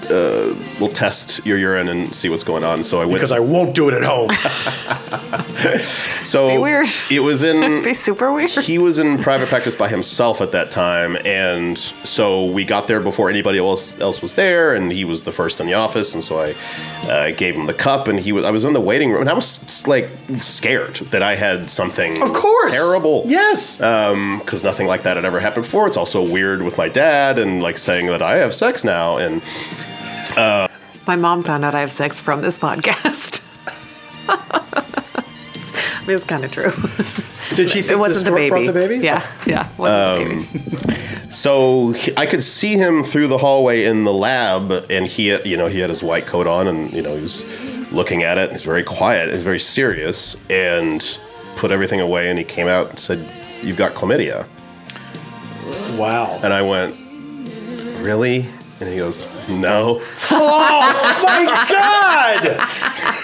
Speaker 2: uh, we'll test your urine and see what's going on." So I went.
Speaker 3: because I won't do it at home.
Speaker 2: so
Speaker 1: weird.
Speaker 2: it was
Speaker 1: [LAUGHS]
Speaker 2: in
Speaker 1: Be super weird.
Speaker 2: he was in private practice by himself at that time, and so we got there before anybody else else was there, and he was the first in the office, and so I uh, gave him the cup, and he was I was in the waiting room, and I was like scared that I had something
Speaker 3: Of course.
Speaker 2: terrible,
Speaker 3: Yes.
Speaker 2: because nothing like that had ever happened before. It's also weird with my dad and like saying that I have sex now, and
Speaker 1: My mom found out I have sex from this podcast. [LAUGHS] I mean, it's kind of true.
Speaker 3: Did she think
Speaker 1: It wasn't
Speaker 3: this
Speaker 1: the
Speaker 3: brought
Speaker 1: baby.
Speaker 3: the baby? Um,
Speaker 1: Yeah, yeah. Wasn't the baby.
Speaker 2: So he- I could see him through the hallway in the lab, and he, had- you know, he had his white coat on, and you know, he was looking at it. He's very quiet. He's very serious, and put everything away. And he came out and said, "You've got chlamydia."
Speaker 3: Oh, Wow.
Speaker 2: And I went, "Really?" And he goes, "No."
Speaker 3: [LAUGHS]
Speaker 2: [LAUGHS]
Speaker 3: Oh my [LAUGHS] God!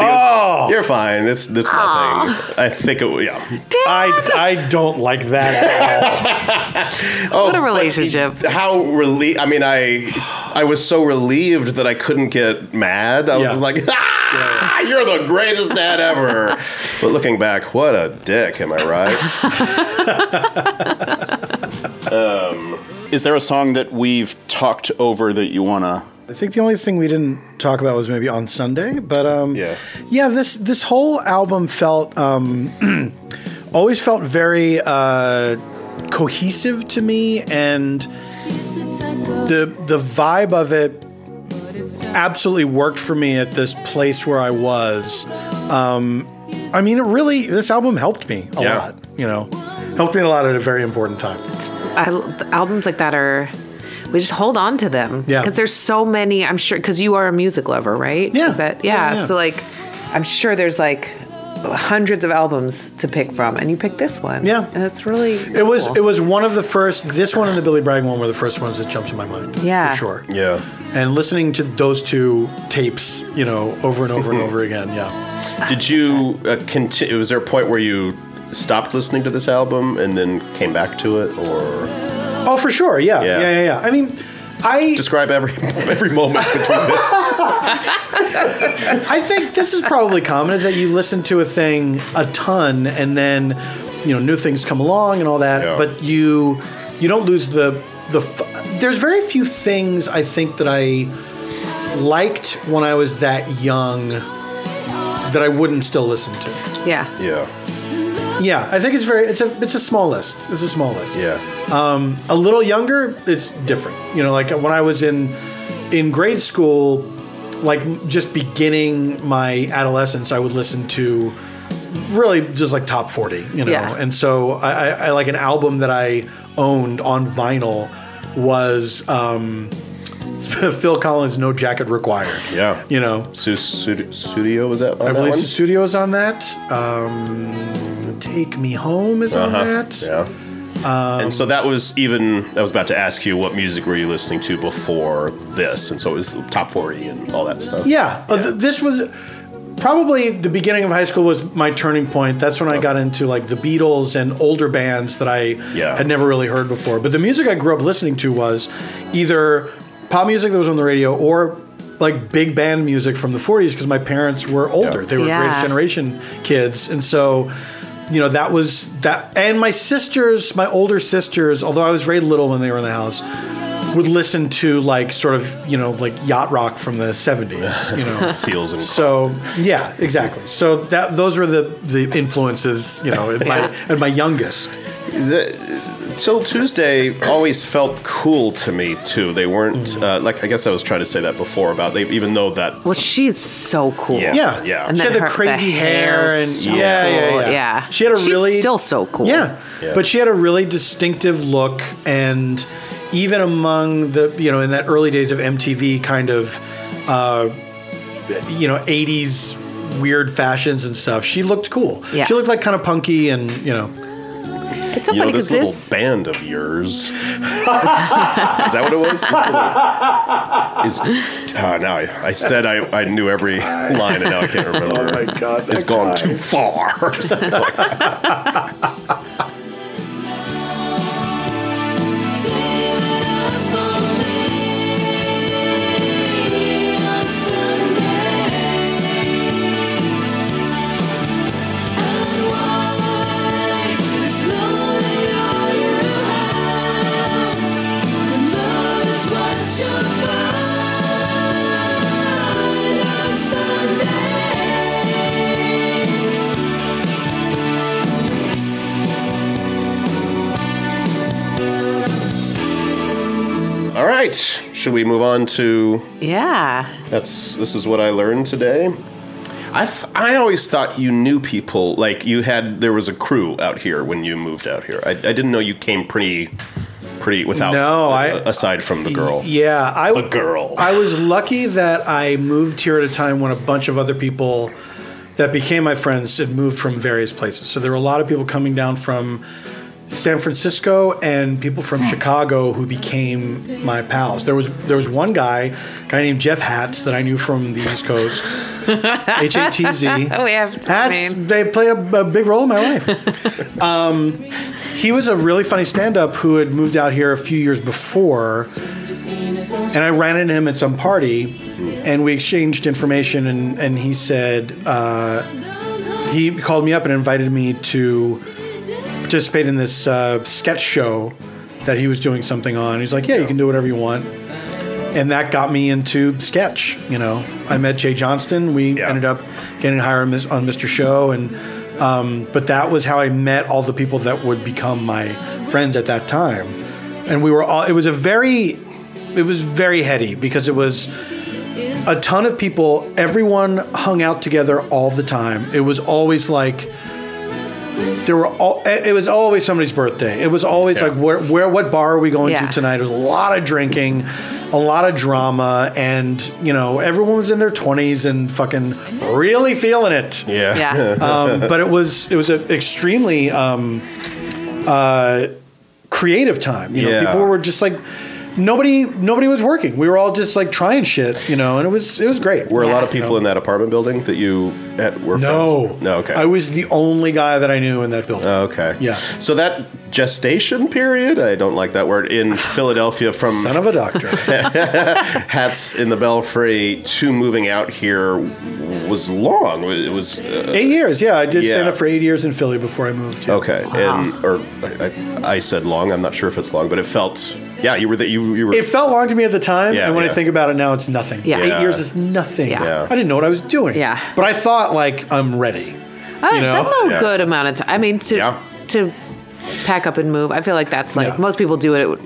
Speaker 3: Oh.
Speaker 2: You're fine. It's it's nothing. I think it. Yeah.
Speaker 3: I, I don't like that at all.
Speaker 2: Oh,
Speaker 1: What a
Speaker 2: but
Speaker 1: relationship.
Speaker 2: he- how relieved? I mean, I I was so relieved that I couldn't get mad. I
Speaker 3: Yeah.
Speaker 2: was like, ah, you're the greatest dad ever. [LAUGHS] but looking back, what a dick. Am I right?
Speaker 1: [LAUGHS]
Speaker 2: Um,
Speaker 4: Is there a song that we've talked over that you want to?
Speaker 3: I think the only thing we didn't talk about was maybe on Sunday, but um,
Speaker 2: Yeah.
Speaker 3: yeah. This this whole album felt um, [CLEARS THROAT] always felt very uh, cohesive to me, and the the vibe of it absolutely worked for me at this place where I was. Um, I mean, it really this album helped me a
Speaker 2: Yeah.
Speaker 3: lot. You know, helped me a lot at a very important time.
Speaker 1: I, the albums like that are. We just hold on to them.
Speaker 3: Yeah.
Speaker 1: Because there's so many. I'm sure. Because you are a music lover, right?
Speaker 3: Yeah.
Speaker 1: Is That, yeah,
Speaker 3: Yeah, yeah.
Speaker 1: So like, I'm sure there's like hundreds of albums to pick from, and you picked this one.
Speaker 3: Yeah.
Speaker 1: And it's really.
Speaker 3: It was
Speaker 1: cool.
Speaker 3: it was one of the first. This one and the Billy Bragg one were the first ones that jumped to my mind.
Speaker 1: Yeah.
Speaker 3: for sure.
Speaker 2: yeah.
Speaker 3: And listening to those two tapes, you know, over and over and over again. Yeah.
Speaker 2: Did you uh, continue? Was there a point where you stopped listening to this album and then came back to it, or
Speaker 3: Oh, for sure. Yeah.
Speaker 2: Yeah.
Speaker 3: Yeah. Yeah. Yeah. I mean, I
Speaker 2: describe every [LAUGHS] every moment between the
Speaker 3: I think this is probably common is that you listen to a thing a ton and then you know new things come along and all that,
Speaker 2: Yeah.
Speaker 3: but you you don't lose the the. F- There's very few things I think that I liked when I was that young that I wouldn't still listen to.
Speaker 1: Yeah.
Speaker 2: Yeah.
Speaker 3: Yeah, I think it's very it's a it's a small list. It's a small list.
Speaker 2: Yeah.
Speaker 3: a little younger, it's different. You know, like when I was in in grade school, like just beginning my adolescence, I would listen to really just like top forty. You know,
Speaker 1: Yeah.
Speaker 3: and so I, I, I like an album that I owned on vinyl was um, [LAUGHS] Phil Collins' "No Jacket Required."
Speaker 2: Yeah.
Speaker 3: you know,
Speaker 2: Su- su- studio was that? On
Speaker 3: I
Speaker 2: that
Speaker 3: believe
Speaker 2: one?
Speaker 3: the studio's on that. Um, "Take Me Home" is on that.
Speaker 2: Uh-huh. Yeah.
Speaker 3: Um,
Speaker 2: and so that was even I was about to ask you what music were you listening to before this, and so it was top forty and all that stuff.
Speaker 3: Yeah, Uh, th- this was probably the beginning of high school was my turning point. That's when I got into like the Beatles and older bands that I
Speaker 2: Yeah.
Speaker 3: had never really heard before. But the music I grew up listening to was either pop music that was on the radio or like big band music from the 40s because my parents were older. They were
Speaker 1: Yeah.
Speaker 3: greatest generation kids. And so you know that was that and my sisters my older sisters although i was very little when they were in the house would listen to like sort of you know like yacht rock from the 70s
Speaker 1: [LAUGHS]
Speaker 3: you know
Speaker 2: Seals and
Speaker 3: so yeah exactly so that those were the the influences you know at my, at my youngest
Speaker 2: Till Tuesday always felt cool to me too. They
Speaker 3: Mm-hmm.
Speaker 2: weren't uh, like I guess I was trying to say that before about they even though that
Speaker 1: Well, she's so cool.
Speaker 2: Yeah.
Speaker 3: yeah
Speaker 2: yeah.
Speaker 1: And
Speaker 3: she
Speaker 1: then
Speaker 3: had the
Speaker 1: her- the
Speaker 3: crazy hair,
Speaker 1: hair's
Speaker 3: and
Speaker 1: so
Speaker 3: yeah, yeah
Speaker 1: cool.
Speaker 3: yeah
Speaker 1: Yeah.
Speaker 3: she had a
Speaker 1: She's
Speaker 3: really
Speaker 1: still so cool.
Speaker 3: yeah.
Speaker 2: Yeah.
Speaker 3: but she had a really distinctive look and even among the you know in that early days of MTV kind of uh, you know 80s weird fashions and stuff she looked cool
Speaker 1: Yeah.
Speaker 3: she looked like kind of punky and you know
Speaker 1: it's so
Speaker 2: you know,
Speaker 1: funny because
Speaker 2: this
Speaker 1: this,
Speaker 2: little band of
Speaker 3: [LAUGHS]
Speaker 2: yours. is that what it was? This little, is, ah, now I, I said I, I knew every line and now I can't remember.
Speaker 3: Oh my God,
Speaker 2: It's
Speaker 3: that
Speaker 2: gone
Speaker 3: guy.
Speaker 2: too far. or something like that.
Speaker 5: Save it up for me on Sunday. Unwind. It's lonely all you have, and love is what you'll find on Sunday.
Speaker 2: [LAUGHS] All right. Should we move on to
Speaker 1: yeah.
Speaker 2: That's this is what I learned today. I th- I always thought you knew people like you had there was a crew out here when you moved out here. I, I didn't know you came pretty pretty without uh,
Speaker 3: No, I-
Speaker 2: aside from the girl.
Speaker 3: Yeah, I
Speaker 2: The girl.
Speaker 3: I was lucky that I moved here at a time when a bunch of other people that became my friends had moved from various places. So there were a lot of people coming down from San Francisco and people from
Speaker 1: Hmm.
Speaker 3: Chicago who became my pals. There was there was one guy, guy named Jeff Hats that I knew from the
Speaker 1: [LAUGHS]
Speaker 3: East Coast. H A T Z.
Speaker 1: Oh, yeah.
Speaker 3: Hats, they played a, a big role in my life. um, he was a really funny stand up who had moved out here a few years before. And I ran into him at some party and we exchanged information. And, and he said, uh, he called me up and invited me to participate in this uh, sketch show that he was doing something on. He's like, yeah, you can do whatever you want. And that got me into sketch. You know, I met Jay Johnston. We
Speaker 2: Yeah.
Speaker 3: ended up getting hired on Mis- on Mr. Show, and um, but that was how I met all the people that would become my friends at that time. And we were all. It was a very, it was very heady because it was a ton of people. Everyone hung out together all the time. It was always like there were all, it was always somebody's birthday. It was always
Speaker 2: Yeah.
Speaker 3: like where, where what bar are we going
Speaker 1: Yeah.
Speaker 3: to tonight? It was a lot of drinking, a lot of drama, and you know everyone was in their twenties and fucking really feeling it.
Speaker 2: Yeah. [LAUGHS]
Speaker 1: Yeah. [LAUGHS]
Speaker 3: Um, but it was it was an extremely um, uh, creative time. You know,
Speaker 2: Yeah.
Speaker 3: people were just like nobody nobody was working. We were all just like trying shit. You know, and it was it was great.
Speaker 2: Were a lot of
Speaker 1: Yeah.
Speaker 2: people in that apartment building that you at, were
Speaker 3: no
Speaker 2: friends? No. Okay. Um,
Speaker 3: I was the only guy that I knew in that building.
Speaker 2: Okay.
Speaker 3: Yeah.
Speaker 2: So that gestation period, I don't like that word,
Speaker 3: [LAUGHS]
Speaker 2: in Philadelphia from
Speaker 3: Son of a
Speaker 2: [LAUGHS]
Speaker 3: doctor.
Speaker 2: hats in the belfry to moving out here was long. It was uh,
Speaker 3: Eight years, yeah. I did stand
Speaker 2: Yeah.
Speaker 3: up for eight years in Philly before I moved. yeah.
Speaker 2: Okay, and or I, I, I said long. I'm not sure if it's long, but it felt. Yeah, you were that you you were.
Speaker 3: It felt long to me at the time,
Speaker 2: Yeah,
Speaker 3: and when I
Speaker 2: yeah.
Speaker 3: think about it now, it's nothing.
Speaker 1: Yeah.
Speaker 3: Eight
Speaker 1: Yeah.
Speaker 3: years is nothing.
Speaker 1: Yeah.
Speaker 2: Yeah.
Speaker 3: I didn't know what I was doing.
Speaker 1: Yeah.
Speaker 3: But I thought, like, I'm ready.
Speaker 1: Oh,
Speaker 3: you know?
Speaker 1: that's a
Speaker 2: Yeah.
Speaker 1: good amount of time. I mean, to
Speaker 2: Yeah.
Speaker 1: to pack up and move, I feel like that's like
Speaker 3: Yeah.
Speaker 1: most people do it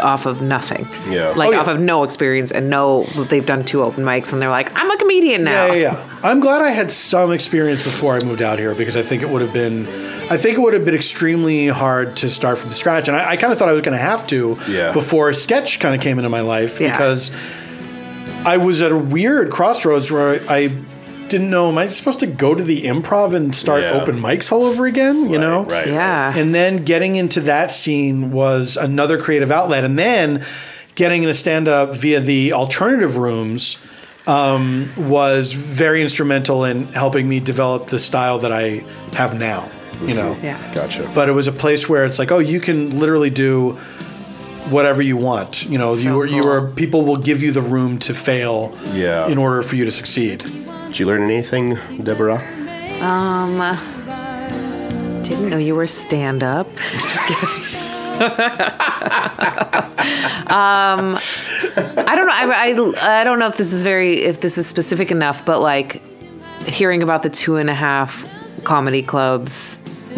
Speaker 1: off of nothing.
Speaker 2: Yeah.
Speaker 1: Like
Speaker 3: Oh, yeah.
Speaker 1: off of no experience and no, they've done two open mics and they're like, I'm a comedian now.
Speaker 3: Yeah, yeah, yeah. I'm glad I had some experience before I moved out here because I think it would have been, I think it would have been extremely hard to start from scratch, and I, I kind of thought I was going to have to
Speaker 2: Yeah.
Speaker 3: before sketch kind of came into my life
Speaker 1: Yeah.
Speaker 3: because I was at a weird crossroads where I didn't know am I supposed to go to the improv and start
Speaker 2: Yeah.
Speaker 3: open mics all over again? You
Speaker 2: right,
Speaker 3: know,
Speaker 2: right.
Speaker 1: Yeah.
Speaker 3: and then getting into that scene was another creative outlet. And then getting into stand up via the alternative rooms um, was very instrumental in helping me develop the style that I have now, you know?
Speaker 1: Yeah.
Speaker 2: Gotcha.
Speaker 3: But it was a place where it's like, oh, you can literally do whatever you want. You know, you
Speaker 1: So
Speaker 3: were, you
Speaker 1: cool.
Speaker 3: were, people will give you the room to fail
Speaker 2: Yeah.
Speaker 3: in order for you to succeed.
Speaker 2: Did you learn anything, Deborah?
Speaker 1: Um, uh, Didn't know you were stand up. [LAUGHS] Just kidding. um, I don't know. I, I, I don't know if this is very if this is specific enough, but like hearing about the two and a half comedy clubs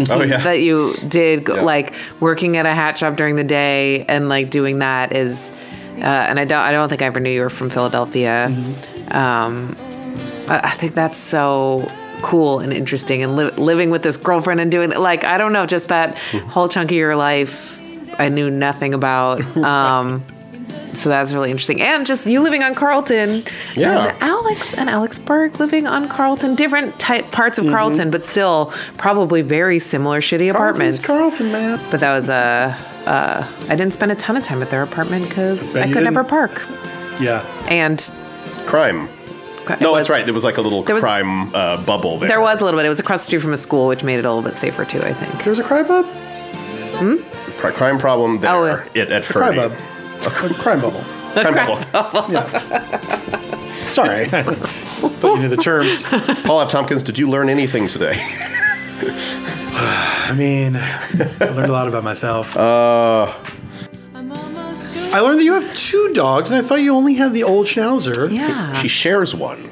Speaker 2: Oh yeah.
Speaker 1: that you did, go
Speaker 2: Yeah.
Speaker 1: like working at a hat shop during the day and like doing that is, uh, and I don't I don't think I ever knew you were from Philadelphia. Um, I, I think that's so cool and interesting and li- living with this girlfriend and doing like I don't know just that whole chunk of your life I knew nothing about. Um, So that's really interesting. And just you living on Carlton.
Speaker 2: Yeah.
Speaker 1: And Alex and Alex Berg living on Carlton. Different type parts of Carlton, but still probably very similar shitty apartments.
Speaker 3: Carlton, man.
Speaker 1: But that was Uh, uh, I didn't spend a ton of time at their apartment because
Speaker 3: Bet
Speaker 1: I
Speaker 3: you
Speaker 1: could never
Speaker 3: didn't.
Speaker 1: park.
Speaker 3: Yeah.
Speaker 1: And
Speaker 2: Crime.
Speaker 1: it
Speaker 2: No,
Speaker 1: was-
Speaker 2: that's right. There was like a little
Speaker 1: There was-
Speaker 2: crime uh, bubble there.
Speaker 1: There was a little bit. It was across the street from a school, which made it a little bit safer too. I think.
Speaker 3: There was a cry bub?
Speaker 2: Cri- crime problem there.
Speaker 1: Oh,
Speaker 2: it at
Speaker 3: Cry
Speaker 2: Ferdy.
Speaker 3: bub. Or crime bubble.
Speaker 1: [LAUGHS]
Speaker 2: Crime bubble.
Speaker 3: [LAUGHS] Sorry. Thought you knew the terms.
Speaker 2: Paul F. Tompkins, did you learn anything today?
Speaker 3: [LAUGHS] I mean, I learned a lot about myself.
Speaker 1: Uh,
Speaker 6: I'm almost sure.
Speaker 3: I learned that you have two dogs, and I thought you only had the old Schnauzer.
Speaker 1: Yeah,
Speaker 2: she shares one.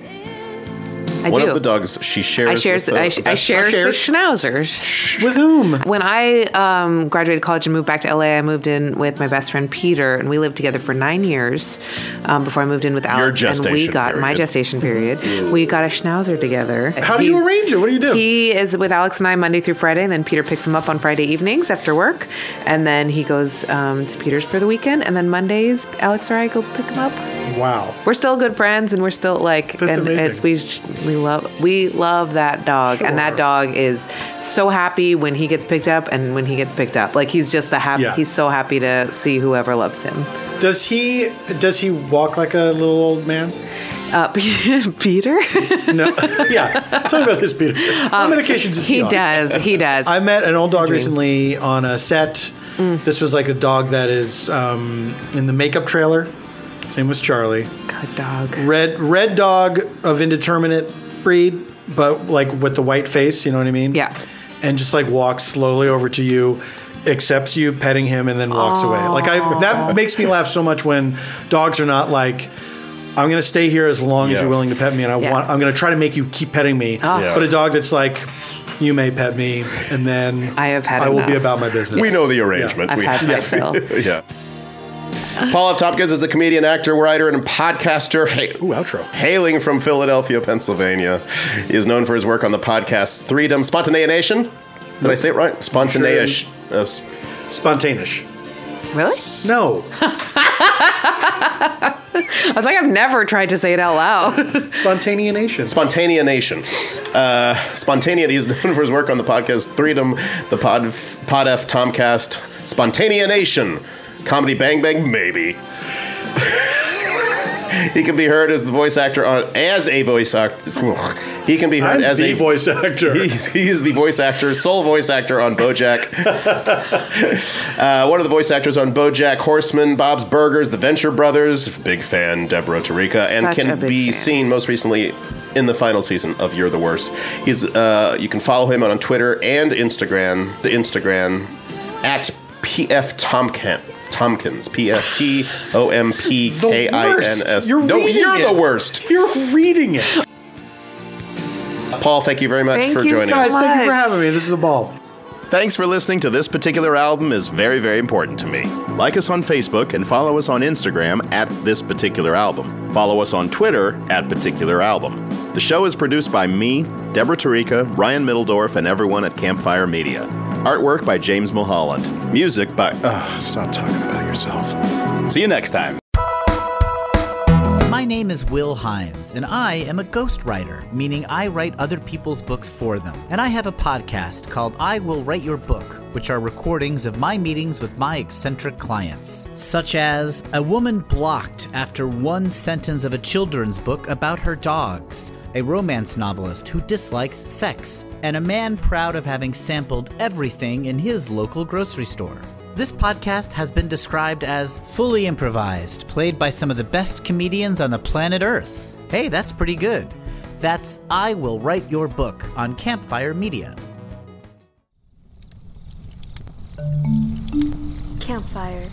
Speaker 1: I
Speaker 2: one
Speaker 1: do.
Speaker 2: of the dogs she shares.
Speaker 1: I shares.
Speaker 2: with
Speaker 1: The,
Speaker 2: the-
Speaker 1: I, sh- I
Speaker 2: that's-
Speaker 1: shares the
Speaker 3: shares.
Speaker 1: schnauzers.
Speaker 3: With whom?
Speaker 1: When I um, graduated college and moved back to LA, I moved in with my best friend Peter, and we lived together for nine years um, before I moved in with Alex. and we
Speaker 2: gestation
Speaker 1: got my
Speaker 2: period.
Speaker 1: gestation period. We got a schnauzer together.
Speaker 3: How do you arrange it? What do you do?
Speaker 1: He is with Alex and I Monday through Friday, and then Peter picks him up on Friday evenings after work, and then he goes um, to Peter's for the weekend, and then Mondays Alex or I go pick him up.
Speaker 3: wow.
Speaker 1: We're still good friends, and we're still like,
Speaker 3: That's
Speaker 1: and
Speaker 3: amazing.
Speaker 1: it's we sh- we love we love that dog, and that dog is so happy when he gets picked up, and when he gets picked up, like he's just the happy.
Speaker 3: Yeah.
Speaker 1: He's so happy to see whoever loves him.
Speaker 3: Does he does he walk like a little old man?
Speaker 1: Uh, [LAUGHS] Peter,
Speaker 3: [LAUGHS] No. yeah. Tell me about this, Peter. what medications is he
Speaker 1: he
Speaker 3: on?
Speaker 1: does, he
Speaker 3: [LAUGHS]
Speaker 1: does.
Speaker 3: I met an old dog
Speaker 1: dream.
Speaker 3: recently on a set. This was like a dog that is um, in the makeup trailer. His name was Charlie.
Speaker 1: Good dog.
Speaker 3: Red red dog of indeterminate breed, but like with the white face. You know what I mean?
Speaker 1: Yeah.
Speaker 3: And just like walks slowly over to you, accepts you, petting him, and then walks away. Like I that makes me laugh so much when dogs are not like. I'm gonna stay here as long as
Speaker 2: Yes.
Speaker 3: you're willing to pet me, and I
Speaker 1: Yeah. Ah.
Speaker 3: want. I'm gonna try to make you keep petting me.
Speaker 2: Yeah.
Speaker 3: But a dog that's like, you may pet me, and then
Speaker 1: I have had
Speaker 3: I will be
Speaker 1: enough.
Speaker 3: about my business.
Speaker 2: We know the arrangement.
Speaker 1: I've
Speaker 2: we,
Speaker 1: had my
Speaker 3: [LAUGHS]
Speaker 1: Uh. fill.
Speaker 2: [LAUGHS] yeah. Paul F. Tompkins is a comedian, actor, writer, and podcaster. Hey,
Speaker 3: Ooh, outro.
Speaker 2: Hailing from Philadelphia, Pennsylvania, he is known for his work on the podcasts Freedom, Spontanea Nation. Did I say it right? Spontanea. Uh, s-
Speaker 3: Spontaneous.
Speaker 1: Really? [LAUGHS]
Speaker 3: No,
Speaker 1: I was like, I've never tried to say it out loud. [LAUGHS]
Speaker 3: spontaneous nation.
Speaker 2: Spontanea Nation. Uh, Spontanea, [LAUGHS] he's known for his work on the podcast Freedom, the Pod, Pod F Tomcast, Spontanea Nation, Comedy Bang Bang, maybe. [LAUGHS] he can be heard as the voice actor on, as a voice actor. He can be heard
Speaker 3: I'm
Speaker 2: as
Speaker 3: the
Speaker 2: a
Speaker 3: voice
Speaker 2: [LAUGHS]
Speaker 3: actor.
Speaker 2: He's, he is the voice actor, sole voice actor on
Speaker 1: [LAUGHS]
Speaker 2: BoJack. uh, one of the voice actors on BoJack Horseman, Bob's Burgers, The Venture Brothers. Big fan Deborah Tarika, and
Speaker 1: Such a
Speaker 2: can
Speaker 1: big
Speaker 2: be
Speaker 1: fan.
Speaker 2: seen most recently in the final season of You're the Worst. He's uh, you can follow him on Twitter and Instagram. The Instagram at PF Tomkin. Tompkins, P F T O M P
Speaker 3: The
Speaker 2: K I N S.
Speaker 3: worst. You're
Speaker 2: No,
Speaker 3: reading
Speaker 2: you're
Speaker 3: it.
Speaker 2: the worst.
Speaker 3: You're reading it.
Speaker 2: Paul, thank you very much
Speaker 1: Thank
Speaker 2: for
Speaker 1: you
Speaker 2: joining
Speaker 1: so
Speaker 2: us.
Speaker 3: Guys, thank you for
Speaker 1: much.
Speaker 3: having me. This is a ball.
Speaker 2: Thanks for listening to this particular album is very, very important to me. Like us on Facebook and follow us on Instagram at this particular album. Follow us on Twitter at particular album. The show is produced by me, Deborah Tarika, Ryan Middledorf, and everyone at Campfire Media. Artwork by James Mulholland. Music by. Ugh, stop talking about yourself. See you next time.
Speaker 7: My name is Will Himes, and I am a ghostwriter, meaning I write other people's books for them. And I have a podcast called I Will Write Your Book, which are recordings of my meetings with my eccentric clients, such as a woman blocked after one sentence of a children's book about her dogs, a romance novelist who dislikes sex, and a man proud of having sampled everything in his local grocery store. This podcast has been described as fully improvised, played by some of the best comedians on the planet Earth. Hey, that's pretty good. That's I Will Write Your Book on Campfire Media.
Speaker 8: Campfire.